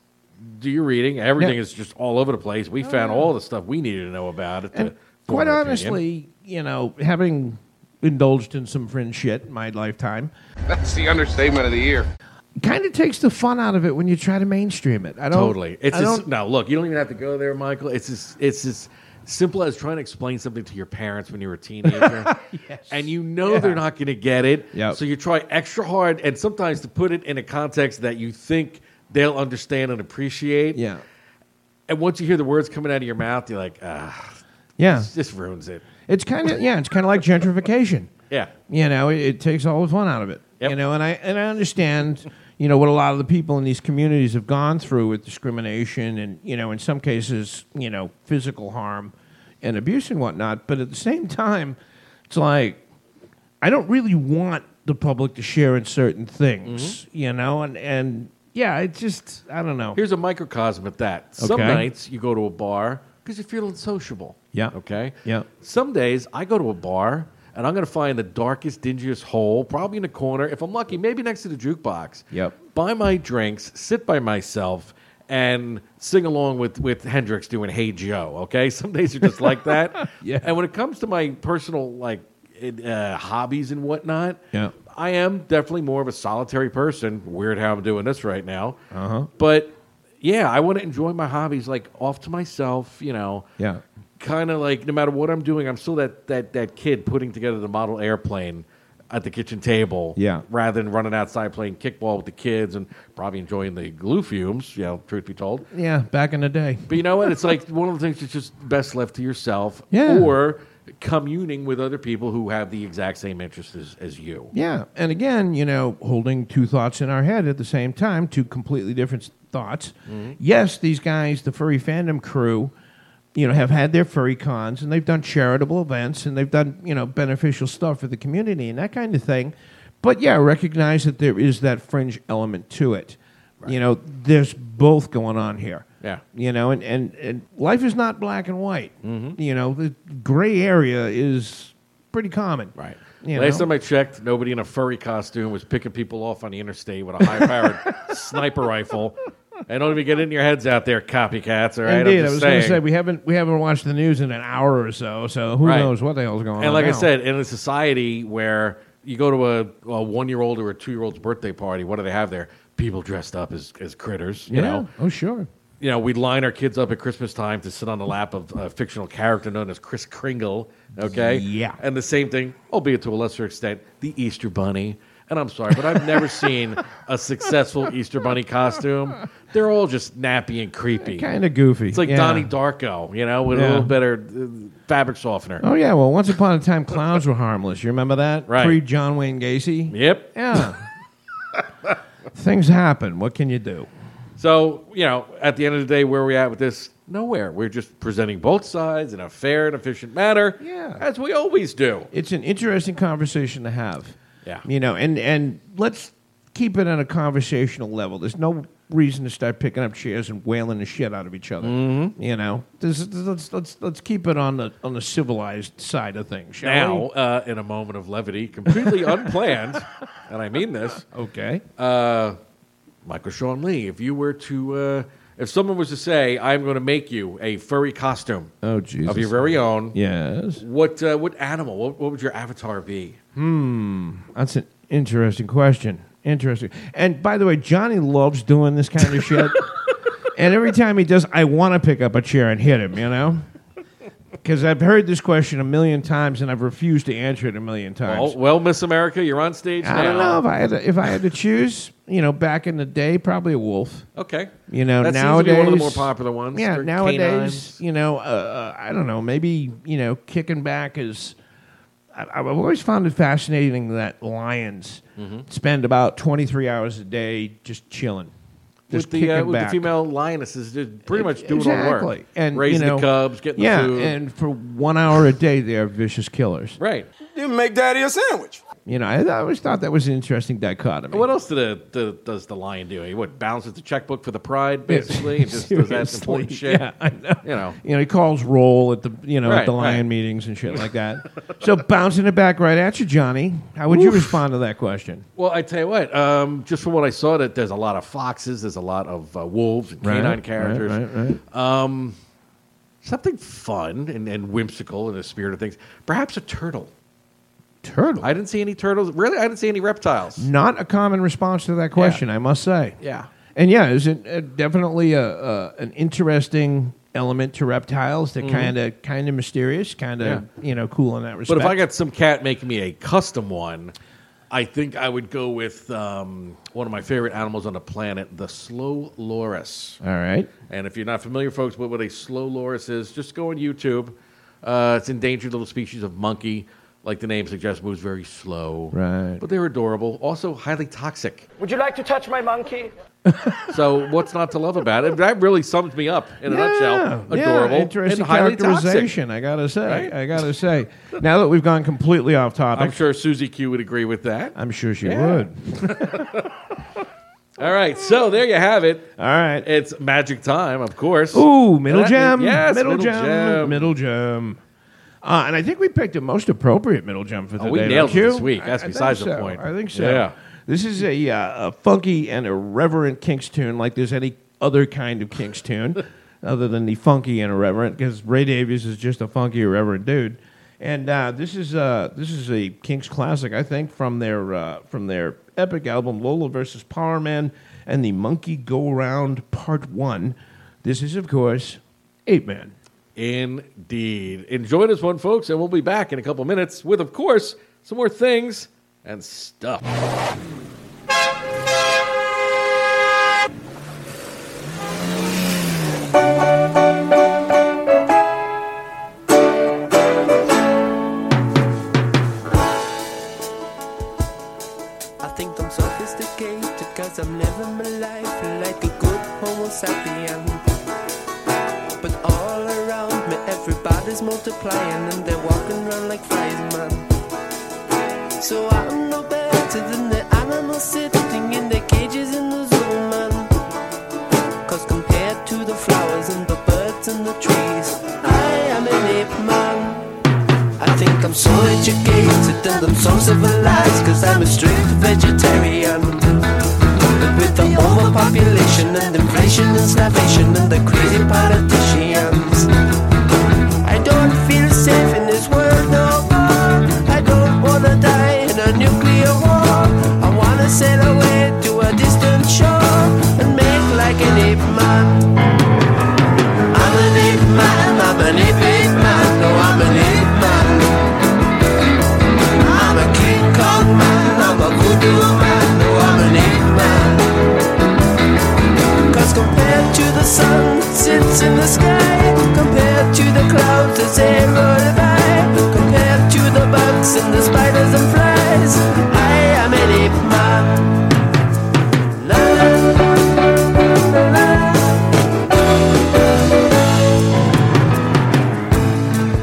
Speaker 4: Do your reading. Everything
Speaker 5: Yeah. Oh,
Speaker 4: is just all over the place. We found all the stuff we needed to know about it. to
Speaker 5: And
Speaker 4: form
Speaker 5: quite
Speaker 4: an opinion.
Speaker 5: honestly, you know, having indulged in some fringe shit in my lifetime,
Speaker 11: That's the understatement of the year.
Speaker 5: kind of takes the fun out of it when you try to mainstream it. I don't
Speaker 4: totally. It's
Speaker 5: I
Speaker 4: just,
Speaker 5: don't-
Speaker 4: no look. You don't even have to go there, Michael. It's as it's as simple as trying to explain something to your parents when you were
Speaker 5: [laughs]
Speaker 4: a teenager, and you know they're not going to get it. So you try extra hard, and sometimes to put it in a context that you think they'll understand and appreciate.
Speaker 5: Yeah.
Speaker 4: And once you hear the words coming out of your mouth, you're like, ah,
Speaker 5: Yeah.
Speaker 4: this just ruins it.
Speaker 5: It's kind of yeah, it's kind of like gentrification.
Speaker 4: Yeah.
Speaker 5: you know, it, it takes all the fun out of it. You know, and I and I understand, you know, what a lot of the people in these communities have gone through with discrimination and you know, in some cases, you know, physical harm and abuse and whatnot. But at the same time, it's like I don't really want the public to share in certain things, you know, and and yeah, it just I don't know.
Speaker 4: Here's a microcosm of that. Some
Speaker 5: Okay.
Speaker 4: nights you go to a bar because you're feeling sociable.
Speaker 5: Yeah.
Speaker 4: Okay.
Speaker 5: Yeah.
Speaker 4: Some days I go to a bar and I'm going to find the darkest, dingiest hole, probably in a corner. If I'm lucky, maybe next to the jukebox.
Speaker 5: Yep.
Speaker 4: Buy my drinks, sit by myself, and sing along with, with Hendrix doing Hey Joe. Okay. [laughs] Some days you're just
Speaker 5: [laughs]
Speaker 4: like that. yeah. And when it comes to my personal like it, uh, hobbies and whatnot,
Speaker 5: Yeah.
Speaker 4: I am definitely more of a solitary person. Weird how I'm doing this right now.
Speaker 5: Uh-huh.
Speaker 4: But yeah, I want to enjoy my hobbies like off to myself, you know.
Speaker 5: Yeah.
Speaker 4: Kind of like no matter what I'm doing, I'm still that that that kid putting together the model airplane at the kitchen table.
Speaker 5: Yeah.
Speaker 4: Rather than running outside playing kickball with the kids and probably enjoying the glue fumes, you know, truth be told.
Speaker 5: Yeah, back in the day.
Speaker 4: But you know what? It's like one of the things that's just best left to yourself
Speaker 5: Yeah.
Speaker 4: or communing with other people who have the exact same interests as, as you.
Speaker 5: Yeah, and again, you know, holding two thoughts in our head at the same time, two completely different s- thoughts.
Speaker 4: Mhm.
Speaker 5: Yes, these guys, the furry fandom crew, you know, have had their furry cons and they've done charitable events and they've done, you know, beneficial stuff for the community and that kind of thing. But yeah, recognize that there is that fringe element to it. You know, there's both going on here.
Speaker 4: Yeah.
Speaker 5: You know, and, and, and life is not black and white. You know, the gray area is pretty common. Right.
Speaker 4: Last time I checked, nobody in a furry costume was picking people off on the interstate with a
Speaker 5: [laughs]
Speaker 4: high powered sniper rifle. And don't even get in your heads out there, copycats. All right,
Speaker 5: Indeed,
Speaker 4: I'm
Speaker 5: I
Speaker 4: just
Speaker 5: was
Speaker 4: saying.
Speaker 5: to say we haven't we haven't watched the news in an hour or so, so who
Speaker 4: Right.
Speaker 5: knows what the hell's going on.
Speaker 4: and like I
Speaker 5: now.
Speaker 4: said, in a society where you go to a, a one year old or a two year old's birthday party, what do they have there? People dressed up as, as critters. You
Speaker 5: yeah,
Speaker 4: know,
Speaker 5: oh sure,
Speaker 4: you know, we line our kids up at Christmas time to sit on the lap of a fictional character known as Chris Kringle. Okay.
Speaker 5: Yeah.
Speaker 4: And the same thing, albeit to a lesser extent, the Easter Bunny. And I'm sorry, but I've never seen a successful Easter Bunny costume. They're all just nappy and creepy.
Speaker 5: Kinda goofy,
Speaker 4: It's like
Speaker 5: yeah.
Speaker 4: Donnie Darko, you know, with
Speaker 5: Yeah.
Speaker 4: a little better uh, fabric softener.
Speaker 5: Oh yeah, well, once upon a time, clowns were harmless. You remember that?
Speaker 4: Right.
Speaker 5: Pre John Wayne Gacy.
Speaker 4: Yep.
Speaker 5: Yeah. Things happen. What can you do?
Speaker 4: So, you know, at the end of the day, where are we at with this? Nowhere. We're just presenting both sides in a fair and efficient manner. Yeah. As we always do.
Speaker 5: It's an interesting conversation to have.
Speaker 4: Yeah.
Speaker 5: You know, and and let's keep it on a conversational level. There's no reason to start picking up chairs and wailing the shit out of each other.
Speaker 4: Mm-hmm.
Speaker 5: You know, this, is- let's let's let's keep it on the on the civilized side of things. Shall
Speaker 4: now,
Speaker 5: we?
Speaker 4: uh, in a moment of
Speaker 5: [laughs]
Speaker 4: levity, completely unplanned, and I mean this.
Speaker 5: Okay.
Speaker 4: Uh, Michael Sean Lee, if you were to, uh, if someone was to say, "I'm going to make you a furry costume
Speaker 5: Oh, Jesus.
Speaker 4: of your very own,"
Speaker 5: Yes.
Speaker 4: What uh, what animal? What, what would your avatar be?
Speaker 5: Hmm. That's an interesting question. Interesting. And by the way, Johnny loves doing this kind
Speaker 4: [laughs]
Speaker 5: of shit. and every time he does, I want to pick up a chair and hit him, you know? Because I've heard this question a million times and I've refused to answer it a million times.
Speaker 4: Well, well, Miss America, you're on stage
Speaker 5: I
Speaker 4: now.
Speaker 5: don't know if I, had to, if I had to choose, you know, back in the day, probably a wolf.
Speaker 4: Okay.
Speaker 5: You know,
Speaker 4: That seems to
Speaker 5: nowadays.
Speaker 4: be one of the more popular ones.
Speaker 5: Yeah,
Speaker 4: They're
Speaker 5: nowadays,
Speaker 4: canines.
Speaker 5: you know, uh, uh, I don't know, maybe, you know, kicking back is. I, I've always found it fascinating that lions
Speaker 4: Mhm.
Speaker 5: spend about 23 hours a day just chilling. Just
Speaker 4: with the
Speaker 5: kicking
Speaker 4: uh, with the
Speaker 5: back.
Speaker 4: female lionesses, they're pretty much doing
Speaker 5: exactly.
Speaker 4: all the work,
Speaker 5: And,
Speaker 4: raising
Speaker 5: you know,
Speaker 4: the cubs, getting
Speaker 5: yeah,
Speaker 4: the food.
Speaker 5: and for one hour a day, they are vicious killers.
Speaker 4: right.
Speaker 12: You make daddy a sandwich.
Speaker 5: You know, I, I always thought that was an interesting dichotomy.
Speaker 4: What else did the, the, does the lion do? He what balances the checkbook for the pride, basically, and just does that
Speaker 5: Seriously,
Speaker 4: important shit.
Speaker 5: yeah, I know.
Speaker 4: You know,
Speaker 5: You know, he calls roll at the you know [laughs] at
Speaker 4: Right,
Speaker 5: the lion meetings and shit like that. so bouncing it back right at you, Johnny. How would you
Speaker 4: Oof.
Speaker 5: respond to that question?
Speaker 4: Well, I tell you what, um, just from what I saw, that there's a lot of foxes, there's a lot of uh, wolves and
Speaker 5: Right,
Speaker 4: canine
Speaker 5: right,
Speaker 4: characters.
Speaker 5: right,
Speaker 4: Um, something fun and, and whimsical in the spirit of things. Perhaps a turtle.
Speaker 5: Turtle.
Speaker 4: I didn't see any turtles. Really, I didn't see any reptiles.
Speaker 5: Not a common response to that question, I must say.
Speaker 4: Yeah.
Speaker 5: And yeah, is it uh, definitely a, a an interesting element to reptiles that
Speaker 4: Mhm.
Speaker 5: kind of kind of mysterious, kind of you know cool in that respect.
Speaker 4: But if I got some cat making me a custom one, I think I would go with um, one of my favorite animals on the planet, the slow loris.
Speaker 5: all right,
Speaker 4: And if you're not familiar, folks, with what a slow loris is, just go on YouTube. Uh, it's an endangered little species of monkey. Like the name suggests, moves very slow.
Speaker 5: Right.
Speaker 4: But they're adorable. Also highly toxic.
Speaker 13: Would you like to touch my monkey?
Speaker 4: So what's not to love about it? That really sums me up in a nutshell.
Speaker 5: Ah, Yeah,
Speaker 4: Adorable.
Speaker 5: interesting
Speaker 4: and highly
Speaker 5: characterization. I gotta say, I gotta say. Now that we've gone completely off
Speaker 4: Toxic.
Speaker 5: topic,
Speaker 4: I'm sure Susie Q would agree with that.
Speaker 5: I'm sure she
Speaker 4: Yeah.
Speaker 5: would.
Speaker 4: All right, so there you have it.
Speaker 5: All right,
Speaker 4: it's magic time, of course.
Speaker 5: Ooh, middle
Speaker 4: That-
Speaker 5: gem.
Speaker 4: yes,
Speaker 5: middle,
Speaker 4: middle
Speaker 5: gem,
Speaker 4: gem.
Speaker 5: Middle gem. Uh, and I think we picked the most appropriate middle gem for
Speaker 4: Oh,
Speaker 5: today.
Speaker 4: we nailed
Speaker 5: don't you?
Speaker 4: it this week.
Speaker 5: I-
Speaker 4: That's
Speaker 5: I think
Speaker 4: besides the
Speaker 5: so.
Speaker 4: point.
Speaker 5: I think so.
Speaker 4: Yeah.
Speaker 5: This is a, uh, a funky and irreverent Kinks tune, like there's any other kind of Kinks tune, other than the funky and irreverent, because Ray Davies is just a funky, irreverent dude. And uh, this is uh, this is a Kinks classic, I think, from their uh, from their epic album Lola versus Power Man and the Monkey Go Round Part One. This is, of course, Ape Man.
Speaker 4: Indeed. Enjoy this one, folks, and we'll be back in a couple minutes with, of course, some more things and stuff.
Speaker 8: I think I'm sophisticated cause I'm living my life like a good homo sapien. But all around me everybody's multiplying and they're walking around like flies, man. So I'm no better than the animals sitting in their cages in the zoo, man. Cause compared to the flowers and the birds and the trees, I am an ape man. I think I'm so educated and I'm so civilized Cause I'm a strict vegetarian But with the overpopulation and inflation and starvation And the crazy politicians I don't feel safe in this world no more I don't wanna die in a nuclear war I wanna sail away to a distant shore And make like an ape man I'm an ape man, I'm an ape, ape man No, I'm an ape man I'm a King Kong man, I'm a voodoo stars in the sky compared to the clouds as they roll by compared to the bugs and the spiders and flies I am an ape man La, la, la,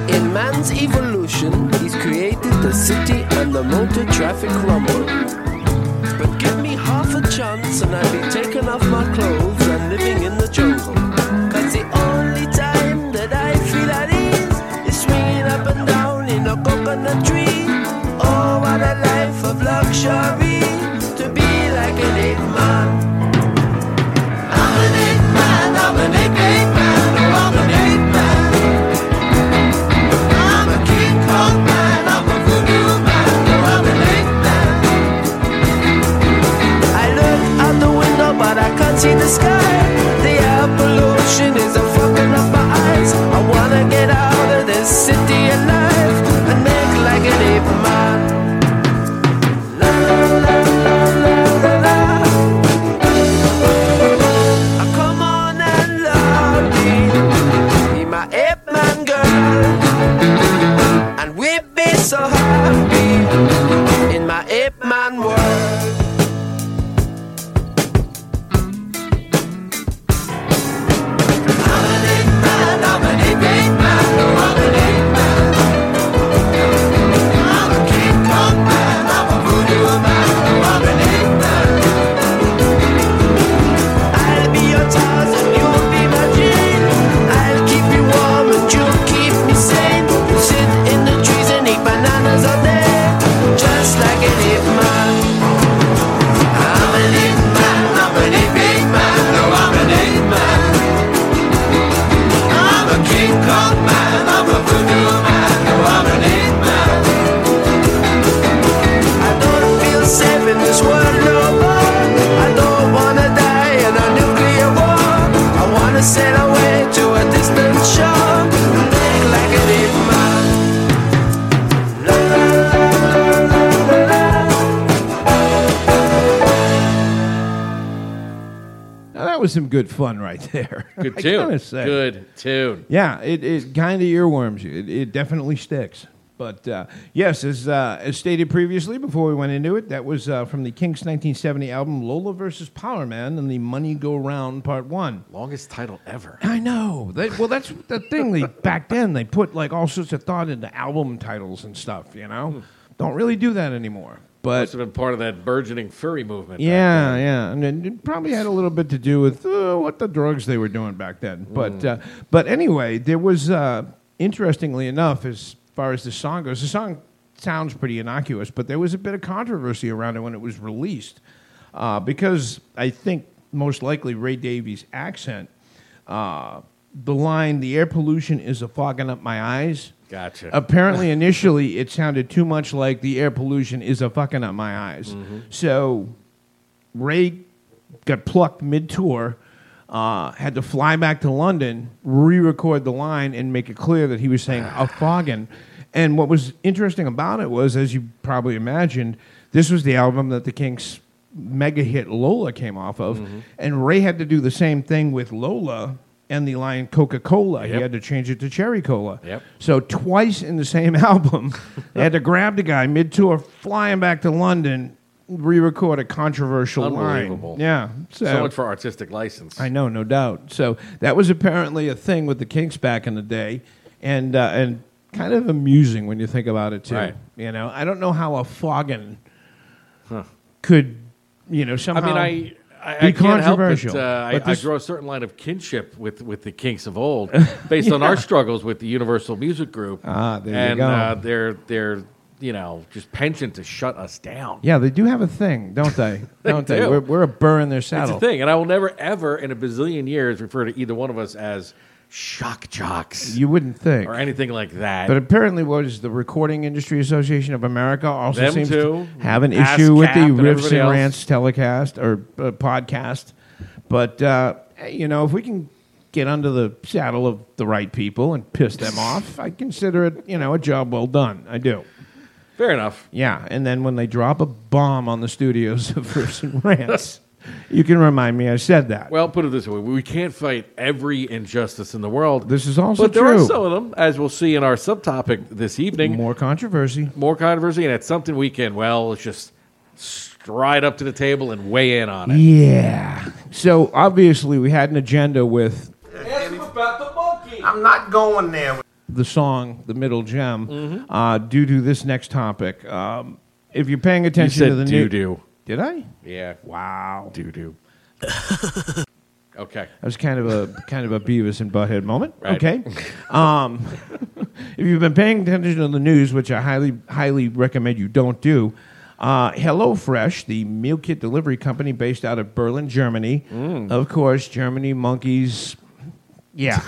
Speaker 8: la, la. In man's evolution he's created the city and the motor traffic rumble but give me half a chance and I'll be taking off my clothes and living in the jungle Cause the only time that I feel at ease is swinging up and down in a coconut tree. Oh, what a life of luxury to be like an ape man. I'm an ape man, I'm an ape, ape man, oh, I'm an ape man. I'm a King Kong man, I'm a voodoo man, oh, I'm an ape man. I look out the window, but I can't see the sky. The Apple Ocean is a fucking up my eyes. I wanna get out of this city alive and make like an ape man. La, la, la, la, la, la, la. Ah, Come on and love me, be my ape man girl, and we'll be so happy in my ape man world. Like an ape man. I'm an ape man. I'm an ape, ape man. No, I'm an ape man. I'm a King Kong man, I'm a voodoo man, oh, I'm an ape man. I don't feel safe in this world no more. I don't wanna die in a nuclear war. I wanna sail away to a distant shore and make like an ape man. La, la, la, la, la, la, la.
Speaker 5: Now, that was some good fun right [laughs] there.
Speaker 4: Good
Speaker 5: I
Speaker 4: tune.
Speaker 5: gotta say.
Speaker 4: Good tune.
Speaker 5: Yeah, it, it kind of earworms you. It, it definitely sticks. But uh, yes, as, uh, as stated previously before we went into it, that was uh, from the Kinks 1970 album Lola versus Power Man and the Money Go Round Part 1.
Speaker 4: Longest title ever.
Speaker 5: I know. They, well, that's the thing. They, back then, they put like all sorts of thought into album titles and stuff, you know? Don't really do that anymore. But
Speaker 4: Must have been part of that burgeoning furry movement.
Speaker 5: Yeah, yeah, and it it probably had a little bit to do with uh, what the drugs they were doing back then. But uh, but anyway, there was uh, interestingly enough, as far as the song goes, the song sounds pretty innocuous, but there was a bit of controversy around it when it was released uh, because I think most likely Ray Davies' accent, uh, the line "the air pollution is a fogging up my eyes."
Speaker 4: Gotcha.
Speaker 5: Apparently, initially, it sounded too much like the air pollution is a fucking up my eyes.
Speaker 4: Mhm.
Speaker 5: So Ray got plucked mid tour, uh, had to fly back to London, re record the line, and make it clear that he was saying a
Speaker 4: [sighs]
Speaker 5: foggin'. And what was interesting about it was, as you probably imagined, this was the album that the Kinks mega hit Lola came off of.
Speaker 4: Mhm.
Speaker 5: And Ray had to do the same thing with Lola and the line Coca Cola. He
Speaker 4: Yep.
Speaker 5: had to change it to Cherry Cola.
Speaker 4: Yep.
Speaker 5: So twice in the same [laughs] album, they had to grab the guy mid tour, fly him back to London, re-record a controversial line.
Speaker 4: Unbelievable.
Speaker 5: Yeah.
Speaker 4: Uh, So,
Speaker 5: So,
Speaker 4: much for artistic license.
Speaker 5: Uh, I know, no doubt. So that was apparently a thing with the Kinks back in the day, and uh, and kind of amusing when you think about it too.
Speaker 4: Right.
Speaker 5: You know, I don't know how a foggin could, you know, somehow.
Speaker 4: I mean, I. I, I
Speaker 5: be
Speaker 4: can't help it.
Speaker 5: controversial.
Speaker 4: Uh,
Speaker 5: But
Speaker 4: I, I
Speaker 5: this-
Speaker 4: draw a certain line of kinship with, with the Kinks of
Speaker 5: [laughs]
Speaker 4: old, based on
Speaker 5: Yeah.
Speaker 4: our struggles with the Universal Music Group.
Speaker 5: Ah, there you
Speaker 4: and,
Speaker 5: go.
Speaker 4: Uh, their their you know just penchant to shut us down.
Speaker 5: yeah, they do have a thing, don't
Speaker 4: [laughs]
Speaker 5: they?
Speaker 4: They
Speaker 5: don't they?
Speaker 4: do.
Speaker 5: We're, we're a burr in their
Speaker 4: It's
Speaker 5: saddle.
Speaker 4: a thing, and I will never ever in a bazillion years refer to either one of us as shock jocks.
Speaker 5: You wouldn't think.
Speaker 4: or anything like that.
Speaker 5: But apparently, what is the Recording Industry Association of America also
Speaker 4: Them
Speaker 5: seems
Speaker 4: too.
Speaker 5: to have an
Speaker 4: ASCAP
Speaker 5: issue with the riffs
Speaker 4: and
Speaker 5: and
Speaker 4: everybody else.
Speaker 5: rants telecast or uh, podcast. But uh, hey, you know, if we can get under the saddle of the right people and piss them off, I consider it you know a job well done. I do.
Speaker 4: Fair enough.
Speaker 5: Yeah, and then when they drop a bomb on the studios of Riffs and Rants, You can remind me I said that.
Speaker 4: Well, put it this way: we can't fight every injustice in the world.
Speaker 5: This is also
Speaker 4: but there are
Speaker 5: true.
Speaker 4: some of them, as we'll see in our subtopic this evening.
Speaker 5: More controversy.
Speaker 4: More controversy, and it's something we can well let's just stride up to the table and weigh in on it.
Speaker 5: Yeah. So obviously we had an agenda with
Speaker 12: Ask him about the monkey. I'm not going there.
Speaker 5: the song "The Middle Gem"
Speaker 12: Mhm.
Speaker 5: uh, due to this next topic. Um, if you're paying attention
Speaker 4: said
Speaker 5: to the new-
Speaker 4: doo-doo.
Speaker 5: did I?
Speaker 4: Yeah.
Speaker 5: Wow.
Speaker 4: Doo doo. okay.
Speaker 5: That was kind of a kind of a Beavis and Butthead moment.
Speaker 4: Right.
Speaker 5: Okay. Um, [laughs] if you've been paying attention to the news, which I highly highly recommend you don't do, uh, HelloFresh, the meal kit delivery company based out of Berlin, Germany,
Speaker 13: Mm.
Speaker 5: of course, Germany monkeys. Yeah.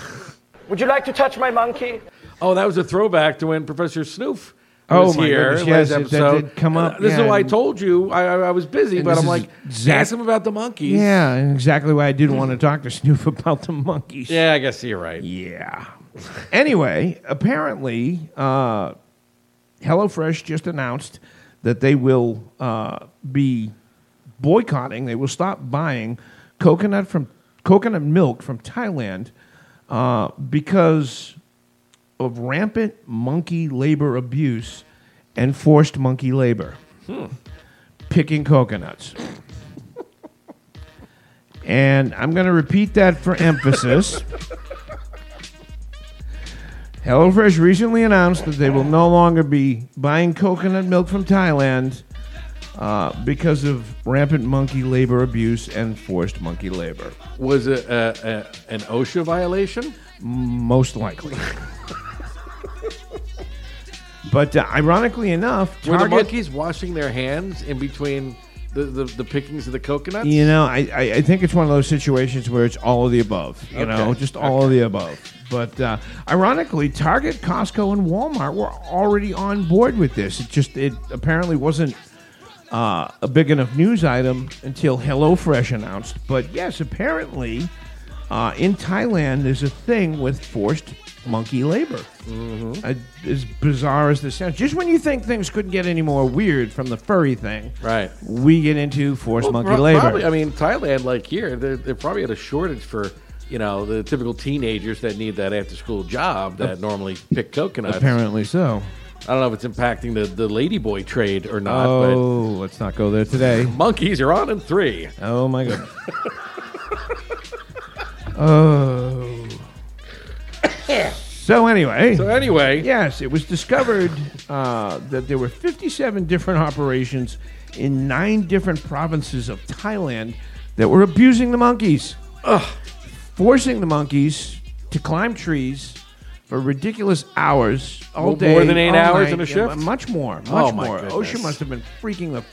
Speaker 13: Would you like to touch my monkey?
Speaker 4: [laughs] Oh, that was a throwback to when Professor Snoof.
Speaker 5: Oh,
Speaker 4: was
Speaker 5: my
Speaker 4: here
Speaker 5: goodness,
Speaker 4: last
Speaker 5: yes, it- that
Speaker 4: episode.
Speaker 5: did come up,
Speaker 4: This
Speaker 5: yeah,
Speaker 4: is why I
Speaker 5: and-
Speaker 4: told you I, I, I was busy,
Speaker 5: And
Speaker 4: but
Speaker 5: this
Speaker 4: I'm
Speaker 5: is
Speaker 4: like,
Speaker 5: exact-
Speaker 4: ask him about the monkeys.
Speaker 5: Yeah, and exactly why I didn't want to talk to Snoop about the monkeys.
Speaker 4: Yeah, I guess you're right.
Speaker 5: Yeah. anyway, apparently, uh, HelloFresh just announced that they will uh, be boycotting. They will stop buying coconut from coconut milk from Thailand uh, because of rampant monkey labor abuse and forced monkey labor,
Speaker 4: Hmm.
Speaker 5: picking coconuts. and I'm going to repeat that for emphasis. HelloFresh recently announced that they will no longer be buying coconut milk from Thailand uh, because of rampant monkey labor abuse and forced monkey labor.
Speaker 4: Was it uh, uh, an OSHA violation?
Speaker 5: Most likely. but uh, ironically enough,
Speaker 4: Were the
Speaker 5: Target-
Speaker 4: monkeys washing their hands in between the, the, the pickings of the coconuts?
Speaker 5: You know, I, I, I think it's one of those situations where it's all of the above. You know,
Speaker 4: Okay.
Speaker 5: just all of the above. But uh, ironically, Target, Costco, and Walmart were already on board with this. It just it apparently wasn't uh, a big enough news item until HelloFresh announced. But yes, apparently, uh, in Thailand, there's a thing with forced monkey labor. Uh, as bizarre as this sounds, just when you think things couldn't get any more weird from the furry thing,
Speaker 4: right?
Speaker 5: We get into forced
Speaker 4: Well,
Speaker 5: monkey
Speaker 4: pro-
Speaker 5: labor.
Speaker 4: Probably, I mean, Thailand, like here, they're, they're probably at a shortage for you know the typical teenagers that need that after school job that
Speaker 5: Ap-
Speaker 4: normally pick coconuts.
Speaker 5: Apparently so.
Speaker 4: I don't know if it's impacting the the ladyboy trade or not.
Speaker 5: oh, let's not go there today.
Speaker 4: but monkeys are on in three.
Speaker 5: [laughs] Oh my
Speaker 4: [laughs]
Speaker 5: god. oh. So anyway.
Speaker 4: So anyway.
Speaker 5: Yes, it was discovered uh, that there were 57 different operations in nine different provinces of Thailand that were abusing the monkeys, Ugh. forcing the monkeys to climb trees for ridiculous hours all
Speaker 4: Well,
Speaker 5: day,
Speaker 4: more than eight
Speaker 5: all
Speaker 4: hours
Speaker 5: night,
Speaker 4: in a
Speaker 5: and
Speaker 4: shift?
Speaker 5: much more, much
Speaker 4: Oh, my
Speaker 5: more.
Speaker 4: goodness.
Speaker 5: OSHA must have been freaking the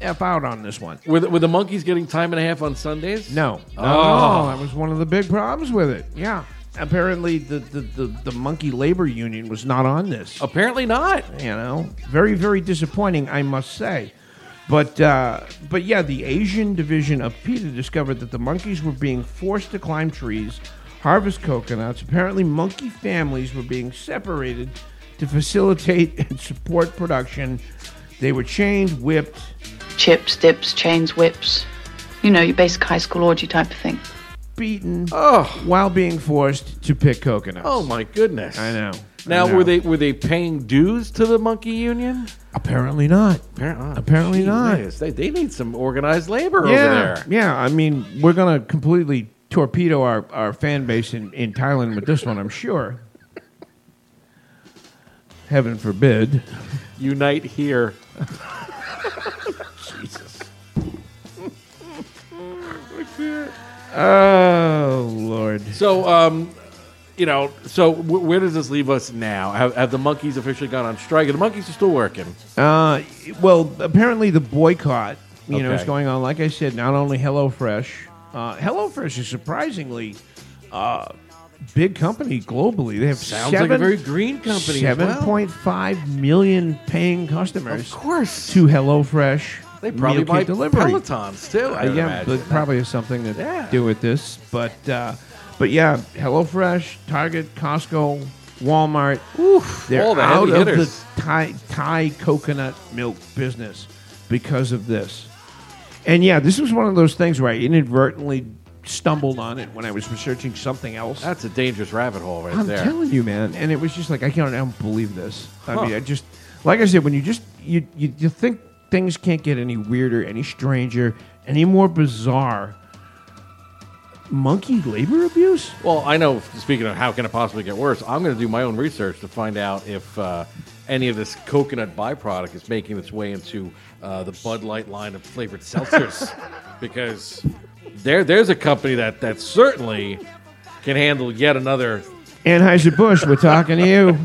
Speaker 5: f out on this one.
Speaker 4: Were the, were the monkeys getting time and a half on Sundays?
Speaker 5: No. No,
Speaker 4: Oh.
Speaker 5: no, that was one of the big problems with it. Yeah. Apparently, the, the, the, the monkey labor union was not on this.
Speaker 4: Apparently not.
Speaker 5: You know, very, very disappointing, I must say. But, uh, but yeah, the Asian division of PETA discovered that the monkeys were being forced to climb trees, harvest coconuts. Apparently, monkey families were being separated to facilitate [laughs] and support production. They were chained, whipped.
Speaker 14: Chips, dips, chains, whips. You know, your basic high school orgy type of thing.
Speaker 5: beaten while being forced to pick coconuts.
Speaker 4: Oh my goodness!
Speaker 5: I know.
Speaker 4: Now
Speaker 5: I know.
Speaker 4: were they were they paying dues to the monkey union?
Speaker 5: Apparently not.
Speaker 4: Apparently,
Speaker 5: Apparently not.
Speaker 4: They, they need some organized labor
Speaker 5: yeah,
Speaker 4: over there.
Speaker 5: yeah. I mean, we're gonna completely torpedo our, our fan base in, in Thailand with this one, I'm sure. Heaven forbid.
Speaker 4: Unite here.
Speaker 5: Jesus. [laughs] Oh Lord.
Speaker 4: So um, you know, so w- where does this leave us now? Have, have the monkeys officially gone on strike? The monkeys are still working.
Speaker 5: Uh, well, apparently the boycott, you know, is
Speaker 4: Okay.
Speaker 5: going on. Like I said, not only HelloFresh. Uh, HelloFresh is surprisingly uh, big company globally. They have
Speaker 4: Sounds
Speaker 5: seven,
Speaker 4: like a very green company as well.
Speaker 5: Seven point five million paying customers.
Speaker 4: Of course.
Speaker 5: to HelloFresh.
Speaker 4: They probably
Speaker 5: meal kit
Speaker 4: buy
Speaker 5: delivery.
Speaker 4: Pelotons too. I
Speaker 5: Uh,
Speaker 4: would
Speaker 5: yeah,
Speaker 4: imagine.
Speaker 5: but probably has something to
Speaker 4: Yeah.
Speaker 5: do with this. But uh, but yeah, HelloFresh, Target, Costco, Walmart. they're
Speaker 4: all the
Speaker 5: out
Speaker 4: heavy
Speaker 5: of
Speaker 4: hitters.
Speaker 5: the Thai, Thai coconut milk business because of this. And yeah, this was one of those things where I inadvertently stumbled on it when I was researching something else.
Speaker 4: That's a dangerous rabbit hole right
Speaker 5: I'm
Speaker 4: there.
Speaker 5: telling you, man. And it was just like I can't, I don't believe this. I mean,
Speaker 4: Huh.
Speaker 5: I just, like I said, when you just you, you you think things can't get any weirder, any stranger, any more bizarre. Monkey labor abuse?
Speaker 4: Well, I know. Speaking of how can it possibly get worse, I'm going to do my own research to find out if uh, any of this coconut byproduct is making its way into uh, the Bud Light line of
Speaker 5: [laughs]
Speaker 4: flavored seltzers, because there there's a company that that certainly can handle yet another.
Speaker 5: Anheuser Busch, we're talking to you.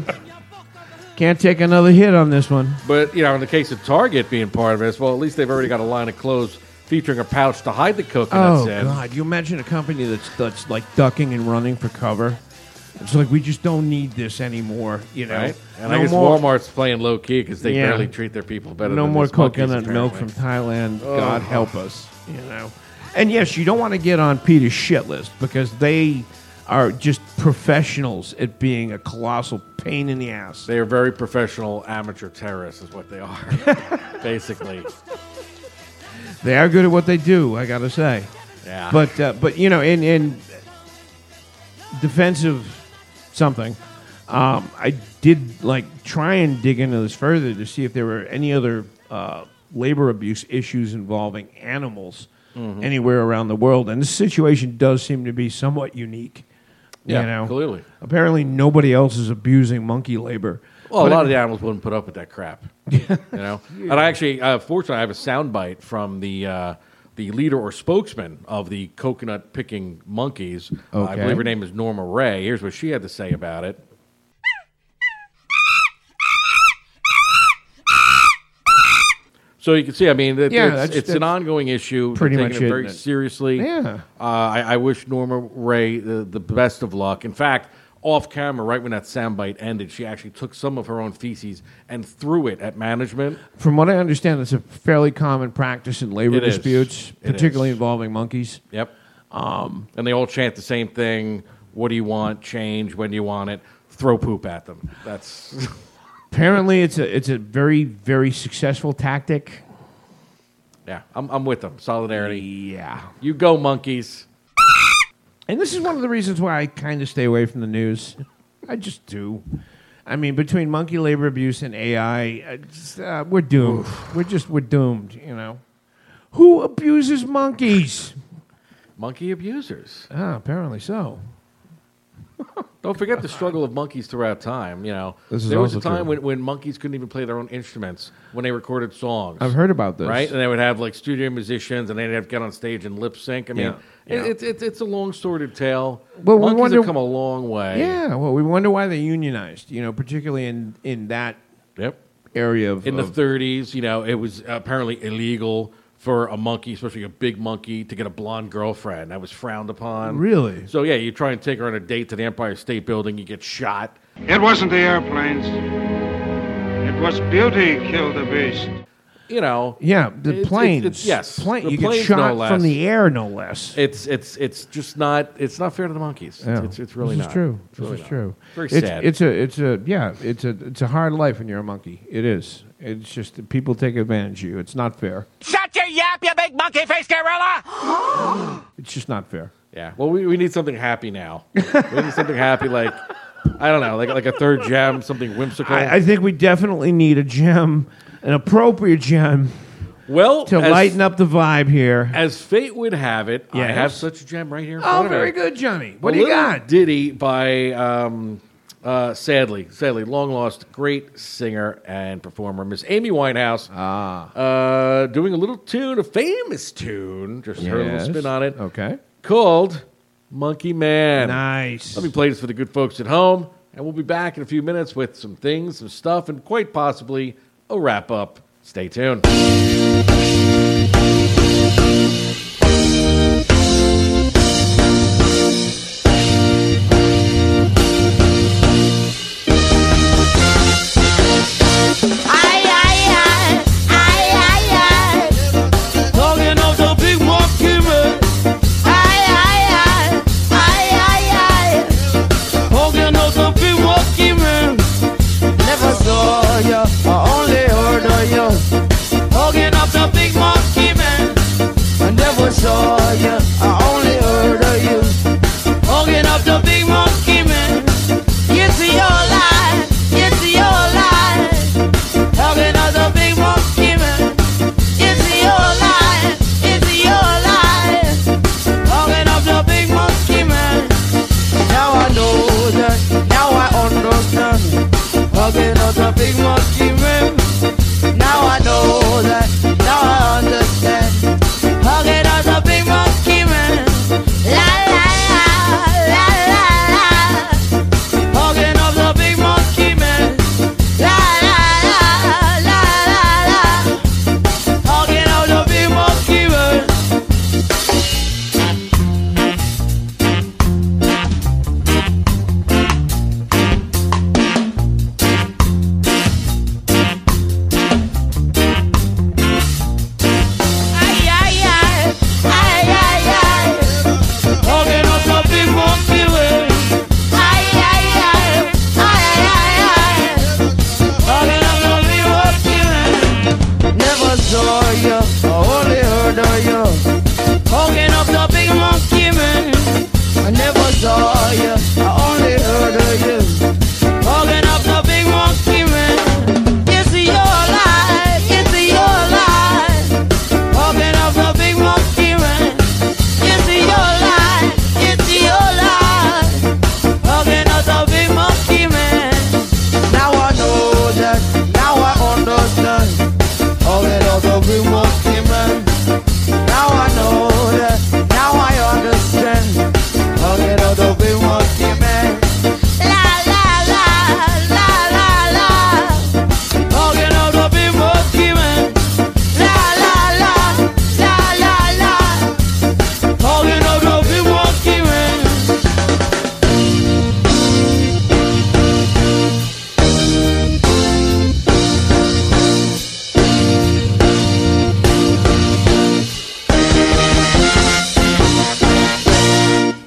Speaker 5: Can't take another hit on this one.
Speaker 4: But you know, in the case of Target being part of this, well, at least they've already got a line of clothes featuring a pouch to hide the coconuts
Speaker 5: Oh
Speaker 4: in.
Speaker 5: God! You imagine a company that's that's like ducking and running for cover. It's like we just don't need this anymore. You know,
Speaker 4: Right? And
Speaker 5: No
Speaker 4: I guess
Speaker 5: more-
Speaker 4: Walmart's playing low key because they
Speaker 5: Yeah.
Speaker 4: barely treat their people better.
Speaker 5: No
Speaker 4: than
Speaker 5: more
Speaker 4: these monkeys,
Speaker 5: coconut milk
Speaker 4: apparently.
Speaker 5: from Thailand.
Speaker 4: Oh.
Speaker 5: God help us. You know, and yes, you don't want to get on Peter's shit list because they are just professionals at being a colossal pain in the ass.
Speaker 4: They are very professional amateur terrorists, is what they are, basically.
Speaker 5: They are good at what they do. I gotta say.
Speaker 4: Yeah.
Speaker 5: But uh, but you know in in defensive something, um, I did like try and dig into this further to see if there were any other uh, labor abuse issues involving animals
Speaker 4: Mhm.
Speaker 5: anywhere around the world, and this situation does seem to be somewhat unique.
Speaker 4: Yeah,
Speaker 5: you know?
Speaker 4: clearly.
Speaker 5: Apparently, nobody else is abusing monkey labor.
Speaker 4: Well,
Speaker 5: But
Speaker 4: a lot
Speaker 5: it-
Speaker 4: of the animals wouldn't put up with that crap, you know. And I actually, uh, fortunately, I have a soundbite from the uh, the leader or spokesman of the coconut picking monkeys. Uh, I
Speaker 5: Okay.
Speaker 4: believe her name is Norma Ray. Here's what she had to say about it. So you can see, I mean, that
Speaker 5: Yeah,
Speaker 4: it's,
Speaker 5: that's-
Speaker 4: it's an
Speaker 5: that's
Speaker 4: ongoing issue. They're
Speaker 5: pretty
Speaker 4: taking
Speaker 5: much
Speaker 4: it
Speaker 5: it,
Speaker 4: very
Speaker 5: isn't it?
Speaker 4: seriously.
Speaker 5: Yeah.
Speaker 4: Uh, I, I wish Norma Ray the, the best of luck. In fact, off camera, right when that soundbite ended, she actually took some of her own feces and threw it at management.
Speaker 5: From what I understand, it's a fairly common practice in labor
Speaker 4: It is.
Speaker 5: disputes,
Speaker 4: It is.
Speaker 5: particularly involving monkeys.
Speaker 4: Yep. Um, and they all chant the same thing: "What do you want? Change. When do you want it? Throw poop at them." That's [laughs]
Speaker 5: Apparently, it's a it's a very very successful tactic.
Speaker 4: yeah. I'm, I'm with them. Solidarity. Yeah. You go, monkeys.
Speaker 5: And this is one of the reasons why I kind of stay away from the news. I just do. I mean, between monkey labor abuse and AI, uh, just, uh, we're doomed. We're just we're doomed. You know, who abuses monkeys?
Speaker 4: Monkey abusers.
Speaker 5: Ah, apparently so.
Speaker 4: Don't forget the struggle of monkeys throughout time. You know,
Speaker 5: This is
Speaker 4: there was a
Speaker 5: also
Speaker 4: time
Speaker 5: true.
Speaker 4: when, when monkeys couldn't even play their own instruments when they recorded songs.
Speaker 5: I've heard about this.
Speaker 4: right? And they would have like studio musicians, and they'd have get on stage and lip sync. I mean,
Speaker 5: Yeah,
Speaker 4: It, it's it's it's a long sordid tale.
Speaker 5: Well, we
Speaker 4: monkeys
Speaker 5: wonder-
Speaker 4: have come a long way.
Speaker 5: Yeah, well, we wonder why they unionized. You know, particularly in in that
Speaker 4: Yep.
Speaker 5: area of
Speaker 4: in the
Speaker 5: of-
Speaker 4: 30s, you know, it was apparently illegal for a monkey, especially a big monkey, to get a blonde girlfriend. That was frowned upon.
Speaker 5: Really?
Speaker 4: So yeah, you try and take her on a date to the Empire State Building, you get shot.
Speaker 15: It wasn't the airplanes. It was beauty killed the beast.
Speaker 4: You know.
Speaker 5: Yeah, the
Speaker 4: it's- it's-
Speaker 5: planes.
Speaker 4: it's- yes,
Speaker 5: Plane-
Speaker 4: the
Speaker 5: you get
Speaker 4: planes,
Speaker 5: shot
Speaker 4: no less.
Speaker 5: from the air, no less.
Speaker 4: It's it's it's just not it's not fair to the monkeys. It's- It's, it's really
Speaker 5: this
Speaker 4: not.
Speaker 5: Is true.
Speaker 4: It's
Speaker 5: This
Speaker 4: really
Speaker 5: is
Speaker 4: not.
Speaker 5: true.
Speaker 4: Very
Speaker 5: it's,
Speaker 4: sad.
Speaker 5: It's a. It's a. Yeah. It's a. It's a hard life when you're a monkey. It is. It's just that people take advantage of you. It's not fair.
Speaker 12: Shut your yap, you big monkey faced gorilla!
Speaker 5: It's just not fair.
Speaker 4: yeah. Well, we, we need something happy now. we need something happy like I don't know, like like a third gem, something whimsical.
Speaker 5: I, I think we definitely need a gem, an appropriate gem,
Speaker 4: well,
Speaker 5: to
Speaker 4: as-
Speaker 5: lighten up the vibe here.
Speaker 4: As fate would have it, I
Speaker 5: Yes.
Speaker 4: have such a gem right here. In
Speaker 5: Oh,
Speaker 4: front of
Speaker 5: very
Speaker 4: me.
Speaker 5: good, Johnny. What
Speaker 4: A
Speaker 5: do you
Speaker 4: little
Speaker 5: got?
Speaker 4: Ditty by, um, uh, sadly, sadly, long lost great singer and performer Miss Amy Winehouse. Ah, uh, doing a little tune, a famous tune, just her little
Speaker 5: Yes.
Speaker 4: spin on it.
Speaker 5: Okay.
Speaker 4: called Monkey Man.
Speaker 5: Nice.
Speaker 4: Let me play this for the good folks at home, and we'll be back in a few minutes with some things, some stuff, and quite possibly a wrap up. Stay tuned.
Speaker 12: Talking of the big monkey man. Talking of the big monkey man. Never saw you, I only heard of you. Talking of the big monkey man.
Speaker 8: saw you, I only heard of you. Hogging up the big monkey man. Get to your line, get to your line. Hogging up the big monkey man. Get to your line, get to your line. Hogging up the big monkey man. Now I know that, now I understand. Hogging up the big monkey man. Now I know that, now I understand. Hugging up the big monkey man. La la la, la la la. Hugging up the big monkey man. La la la, la la la. Hugging up the big monkey man. Ay, ay, ay, ay, ay, ay. Hugging up the big monkey man. Ay, ay, ay, ay, ay, ay. Hugging up the big monkey man. Never saw you, I only heard of you. Hugging up the big monkey man. I never saw you, I only heard of you. Hugging up the big monkey man. It's your life, it's your life. Open up the big monkey man. It's your line. It's your line. Open up the big monkey man. Now I know that. Now I understand. Open up the big monkey man. Now I know that. Now I understand. Open up the big monkey man. La la la la la la. Open up the big monkey man. La la la la la la. Open up the big monkey man.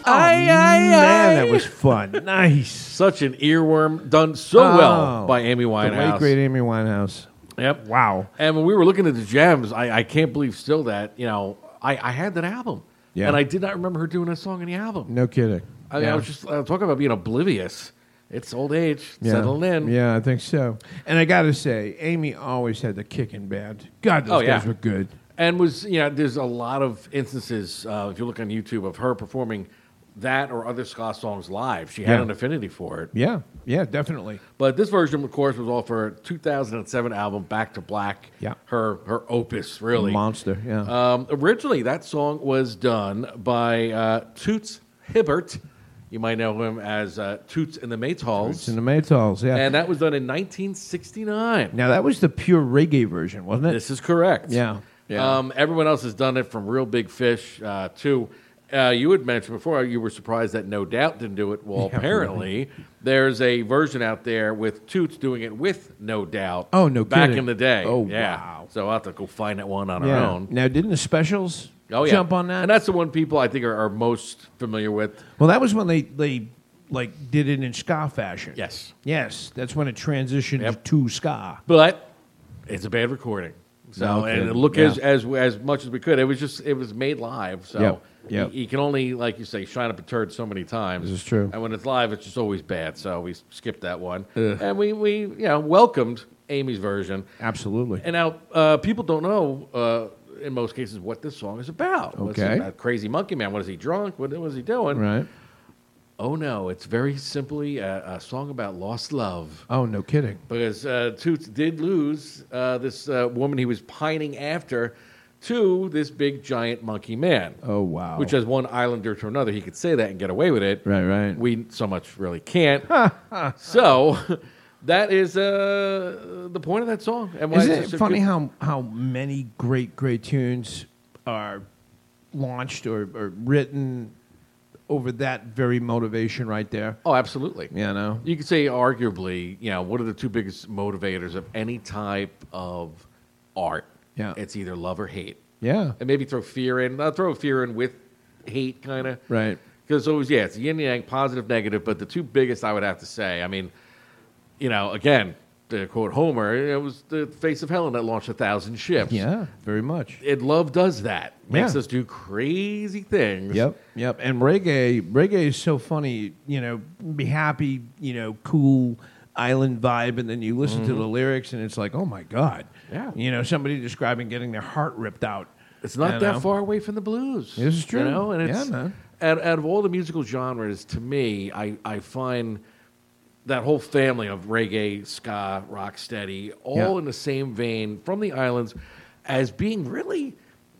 Speaker 6: Man, that was fun. Nice.
Speaker 4: Such an earworm done so well
Speaker 6: Oh.
Speaker 4: by Amy
Speaker 6: The
Speaker 4: Winehouse.
Speaker 6: late great Amy Winehouse.
Speaker 4: Yep.
Speaker 6: Wow.
Speaker 4: And when we were looking at the gems, I, I can't believe still that, you know, I, I had that album.
Speaker 6: Yeah.
Speaker 4: And I did not remember her doing a song in the album.
Speaker 6: No kidding.
Speaker 4: I mean, I
Speaker 6: Yeah.
Speaker 4: was just uh, talking about being oblivious. It's old age,
Speaker 6: Yeah.
Speaker 4: settling in.
Speaker 6: Yeah, I think so. And I got to say, Amy always had the kicking band. God, those
Speaker 4: Oh, yeah.
Speaker 6: guys were good.
Speaker 4: And was you know, there's a lot of instances uh, if you look on YouTube of her performing that or other ska songs live. She had
Speaker 6: Yeah.
Speaker 4: an affinity for it.
Speaker 6: Yeah, yeah, definitely.
Speaker 4: But this version, of course, was off her 2007 album Back to Black.
Speaker 6: Yeah.
Speaker 4: her her opus, really
Speaker 6: Monster, yeah.
Speaker 4: Um, originally, that song was done by uh, Toots Hibbert. You might know him as uh, Toots and the Maytals.
Speaker 6: It's in the Maytals, yeah.
Speaker 4: And that was done in 1969.
Speaker 6: now that was the pure reggae version, wasn't it?
Speaker 4: This is correct.
Speaker 6: Yeah.
Speaker 4: Um, everyone else has done it from Real Big Fish uh, to. Uh, you had mentioned before you were surprised that No Doubt didn't do it. Well,
Speaker 6: Yeah,
Speaker 4: apparently there's a version out there with Toots doing it with No Doubt.
Speaker 6: Oh, no
Speaker 4: Back
Speaker 6: kidding.
Speaker 4: in the day.
Speaker 6: Oh,
Speaker 4: yeah. wow. So I'll have to go find that one on
Speaker 6: Yeah.
Speaker 4: our own.
Speaker 6: Now, didn't the specials
Speaker 4: Oh, yeah.
Speaker 6: jump on that?
Speaker 4: And that's the one people I think are, are most familiar with.
Speaker 6: Well, that was when they they like did it in ska fashion.
Speaker 4: Yes.
Speaker 6: Yes, that's when it transitioned to ska.
Speaker 4: But it's a bad recording. So
Speaker 6: No
Speaker 4: and
Speaker 6: kidding.
Speaker 4: look
Speaker 6: Yeah.
Speaker 4: as as as much as we could. It was just it was made live. So
Speaker 6: Yep. Yep.
Speaker 4: You, you can only like you say shine up a turd so many times.
Speaker 6: This is true.
Speaker 4: And when it's live, it's just always bad. So we skipped that one. And we we you know welcomed Amy's version.
Speaker 6: Absolutely.
Speaker 4: And now uh, people don't know uh, in most cases what this song is about. What's it
Speaker 6: Okay.
Speaker 4: about? Crazy Monkey Man. What is he drunk? What was he doing?
Speaker 6: Right.
Speaker 4: Oh no! It's very simply a, a song about lost love.
Speaker 6: Oh, no kidding.
Speaker 4: Because uh, Toots did lose uh, this uh, woman he was pining after to this big giant monkey man.
Speaker 6: Oh, wow.
Speaker 4: Which, as one islander to another, he could say that and get away with it.
Speaker 6: Right, right.
Speaker 4: We so much
Speaker 6: [laughs]
Speaker 4: really can't. so [laughs] that is uh, the point of that song. And why
Speaker 6: Isn't
Speaker 4: it's
Speaker 6: it
Speaker 4: such a
Speaker 6: funny
Speaker 4: good-
Speaker 6: how how many great great tunes are launched or, or written over that very motivation right there?
Speaker 4: Oh, absolutely.
Speaker 6: You know,
Speaker 4: You could say, arguably, you know, what are the two biggest motivators of any type of art?
Speaker 6: Yeah.
Speaker 4: It's either love or hate.
Speaker 6: Yeah.
Speaker 4: And maybe throw fear in. I'll throw fear in with hate, kind of.
Speaker 6: Right.
Speaker 4: Because always, yeah, it's yin yang, positive, negative, but the two biggest I would have to say, I mean, you know, again, to quote Homer, it was the face of Helen that launched a thousand ships.
Speaker 5: Yeah, very much.
Speaker 4: And love does that. Makes
Speaker 5: Yeah.
Speaker 4: us do crazy things.
Speaker 5: Yep, yep. And reggae, reggae is so funny. You know, be happy. You know, cool island vibe, and then you listen to
Speaker 4: Mhm.
Speaker 5: the lyrics, and it's like, oh my god. Yeah. You know, somebody describing getting their heart ripped out.
Speaker 4: It's not that far away from the blues.
Speaker 5: This is true.
Speaker 4: You know, and it's
Speaker 5: yeah, man.
Speaker 4: Out, out of all the musical genres, to me, I, I find that whole family of reggae, ska, rocksteady, all
Speaker 5: Yeah.
Speaker 4: in the same vein from the islands, as being really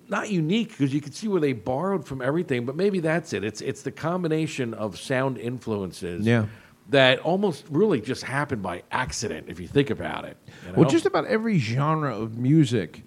Speaker 4: not unique because you can see where they borrowed from everything. But maybe that's it. It's it's the combination of sound influences.
Speaker 5: Yeah.
Speaker 4: That almost really just happened by accident, if you think about it. you
Speaker 5: Well,
Speaker 4: know?
Speaker 5: just about every genre of music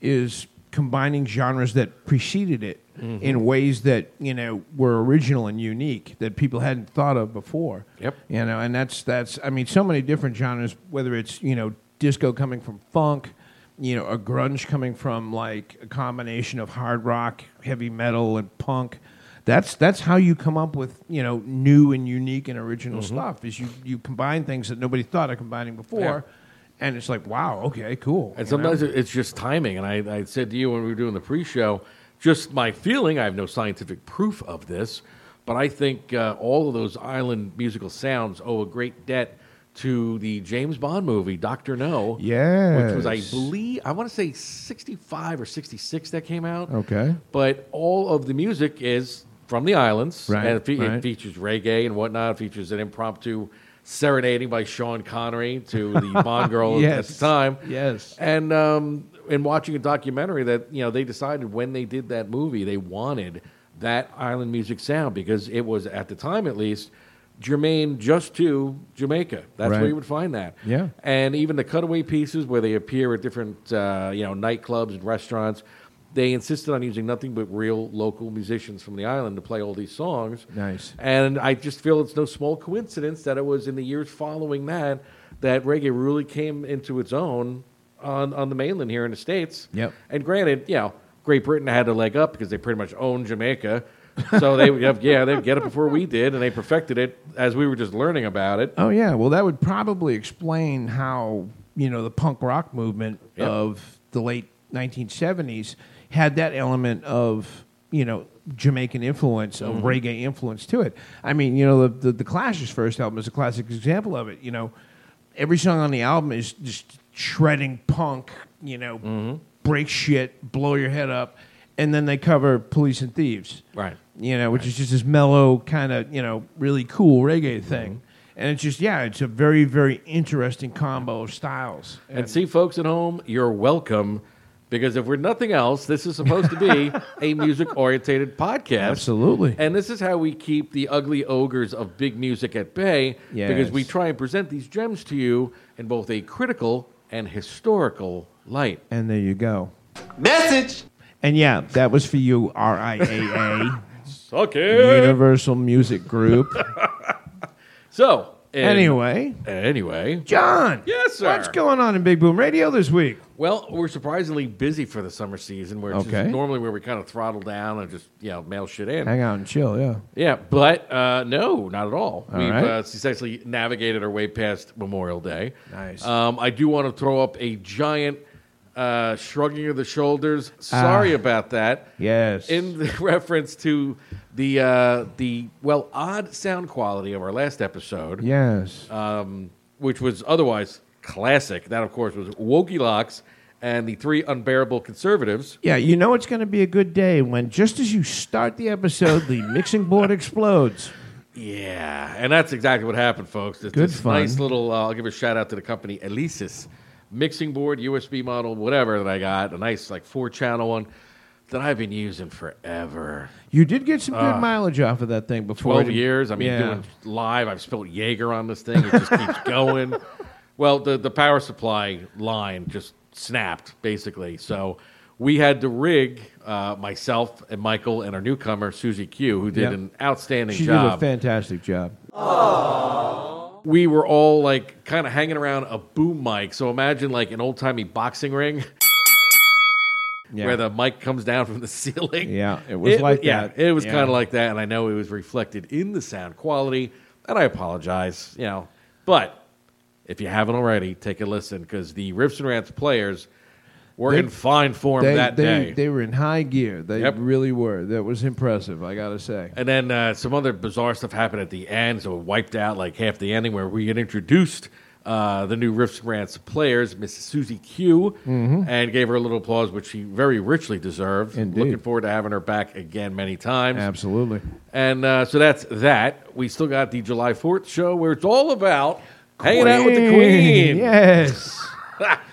Speaker 5: is combining genres that preceded it
Speaker 6: Mm-hmm.
Speaker 4: Mhm.
Speaker 5: in ways that you know were original and unique that people hadn't thought of before.
Speaker 4: Yep.
Speaker 5: You know, and that's that's I mean, so many different genres. Whether it's you know disco coming from funk, you know, a grunge coming from like a combination of hard rock, heavy metal, and punk. That's that's how you come up with you know new and unique and original
Speaker 4: Mhm.
Speaker 5: stuff. Is you you combine things that nobody thought of combining before.
Speaker 4: Yeah.
Speaker 5: And it's like, wow, okay, cool.
Speaker 4: And
Speaker 5: you
Speaker 4: sometimes
Speaker 5: know?
Speaker 4: it- it's just timing. And I, I said to you when we were doing the pre show, just my feeling, I have no scientific proof of this, but I think uh, all of those island musical sounds owe a great debt to the James Bond movie, Dr. No. Which was, I
Speaker 5: Yes.
Speaker 4: believe, I want to say 65 or 66 that came out.
Speaker 5: Okay.
Speaker 4: But all of the music is from the islands.
Speaker 5: Right,
Speaker 4: And it, fe- it
Speaker 5: right.
Speaker 4: features reggae and whatnot. It features an impromptu serenading by Sean Connery
Speaker 5: [laughs]
Speaker 4: to the Bond girl at
Speaker 5: Yes.
Speaker 4: the time.
Speaker 5: Yes.
Speaker 4: And um, in watching a documentary that you know they decided when they did that movie they wanted that island music sound because it was at the time at least germane just to Jamaica. That's
Speaker 5: Right.
Speaker 4: where you would find that.
Speaker 5: Yeah.
Speaker 4: And even the cutaway pieces where they appear at different uh, you know nightclubs and restaurants. They insisted on using nothing but real local musicians from the island to play all these songs.
Speaker 5: Nice.
Speaker 4: And I just feel it's no small coincidence that it was in the years following that that reggae really came into its own on, on the mainland here in the States.
Speaker 5: Yep.
Speaker 4: And granted, you know, Great Britain had a leg up because they pretty much owned Jamaica. So they, yeah, they get it before we did, and they perfected it as we were just learning about it.
Speaker 5: Oh yeah, well that would probably explain how you know the punk rock movement
Speaker 4: Yep.
Speaker 5: of the late 1970s had that element of you know Jamaican influence of
Speaker 4: Mhm.
Speaker 5: reggae influence to it. I mean, you know the, the the Clash's first album is a classic example of it. You know, every song on the album is just shredding punk. You know, break shit, blow your head up, and then they cover Police and Thieves.
Speaker 4: Right.
Speaker 5: You know, which is just this mellow kind of you know really cool reggae thing. And it's just, yeah, it's a very, very interesting combo of styles.
Speaker 4: And see, folks at home, you're welcome. Because if we're nothing else, this is supposed to be a music orientated podcast.
Speaker 5: Absolutely.
Speaker 4: And this is how we keep the ugly ogres of big music at bay. Because we
Speaker 5: Yes.
Speaker 4: try and present these gems to you in both a critical and historical light.
Speaker 5: And there you go.
Speaker 4: Message!
Speaker 5: And yeah, that was for you, RIAA,
Speaker 4: Suck it!
Speaker 5: Universal Music Group.
Speaker 4: So, [laughs] and-
Speaker 5: Anyway.
Speaker 4: Anyway.
Speaker 5: John!
Speaker 4: Yes, sir.
Speaker 5: What's going on in Big Boom Radio this week?
Speaker 4: Well, we're surprisingly busy for the summer season, where it's just
Speaker 5: Okay.
Speaker 4: normally where we kind of throttle down and just you know mail shit in.
Speaker 5: Hang out and chill, yeah.
Speaker 4: Yeah, but uh, no, not at all.
Speaker 5: All
Speaker 4: We've
Speaker 5: right.
Speaker 4: uh, successfully navigated our way past Memorial Day.
Speaker 5: Nice.
Speaker 4: Um, I do want to throw up a giant uh, shrugging of the shoulders. Sorry
Speaker 5: Ah.
Speaker 4: about that.
Speaker 5: Yes.
Speaker 4: In [laughs] the reference to the uh, the well odd sound quality of our last episode.
Speaker 5: Yes.
Speaker 4: Um, which was otherwise classic. That of course was Wokey Locks and the three unbearable conservatives.
Speaker 5: Yeah, you know it's going to be a good day when just as you start the episode,
Speaker 4: [laughs]
Speaker 5: the mixing board explodes.
Speaker 4: Yeah, and that's exactly what happened, folks. It's
Speaker 5: Good
Speaker 4: this
Speaker 5: fun.
Speaker 4: nice little. Uh, I'll give a shout out to the company Elysis mixing board, USB model, whatever that I got. A nice like four channel one that I've been using forever.
Speaker 5: You did get some good
Speaker 4: Ah.
Speaker 5: mileage off of that thing before.
Speaker 4: Twelve
Speaker 5: it-
Speaker 4: years. I mean,
Speaker 5: Yeah.
Speaker 4: doing live. I've spilled Jaeger on this thing. It
Speaker 5: [laughs]
Speaker 4: just keeps going. Well, the the power supply line just snapped basically. So. We had to rig uh, myself and Michael and our newcomer Susie Q, who did
Speaker 5: Yeah.
Speaker 4: an outstanding
Speaker 5: she
Speaker 4: job.
Speaker 5: did a fantastic job.
Speaker 4: we were all like kind of hanging around a boom mic. So imagine like an old timey boxing ring
Speaker 5: Yeah.
Speaker 4: where the mic comes down from the [laughs] ceiling.
Speaker 5: Yeah, it was like
Speaker 4: yeah,
Speaker 5: that.
Speaker 4: it was
Speaker 5: Yeah.
Speaker 4: kind of like that. And I know it was reflected in the sound quality. And I apologize, you know, but If you haven't already, take a listen because the Riffs and Rants players were
Speaker 5: They-
Speaker 4: in fine form
Speaker 5: they,
Speaker 4: that
Speaker 5: they,
Speaker 4: day.
Speaker 5: They were in high gear. They
Speaker 4: Yep.
Speaker 5: really were. That was impressive, I got to say.
Speaker 4: And then uh, some other bizarre stuff happened at the end, so it wiped out like half the ending where we had introduced uh, the new Riffs and Rants players, Mrs. Susie Q,
Speaker 5: Mhm.
Speaker 4: and gave her a little applause, which she very richly deserved. Looking forward to having her back again many times.
Speaker 5: Absolutely.
Speaker 4: And uh, so that's that. We still got the July 4th show where it's all about hanging out with the Queen.
Speaker 5: Yes.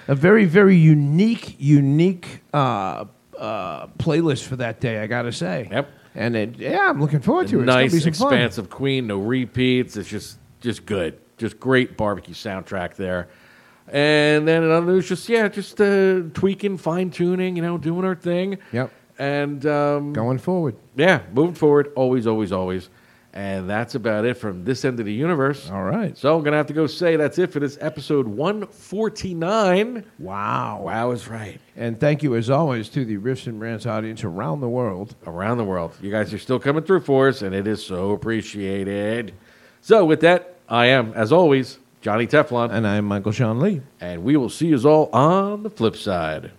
Speaker 5: a very, very unique, unique uh, uh, playlist for that day, I got to say.
Speaker 4: [laughs] Yep.
Speaker 5: And it, yeah, I'm looking forward to it. It's gonna
Speaker 4: nice,
Speaker 5: be some fun.
Speaker 4: expansive Queen, no repeats. It's just just good, just great barbecue soundtrack there. And then another news, just yeah, just uh, tweaking, fine tuning, you know, doing our thing.
Speaker 5: Yep.
Speaker 4: And um,
Speaker 5: Going forward.
Speaker 4: yeah, moving forward, always, always, always. And that's about it from this end of the universe. All
Speaker 5: right.
Speaker 4: So I'm gonna have to go say that's it for this episode 149.
Speaker 5: Wow.
Speaker 4: Wow is right.
Speaker 5: And thank you, as always, to the Riffs and Rants audience around the world.
Speaker 4: around the world. You guys are still coming through for us, and it is so appreciated. So, with that, I am, as always, Johnny Teflon.
Speaker 5: And I'm Michael Sean Lee.
Speaker 4: And we will see you all on the flip side.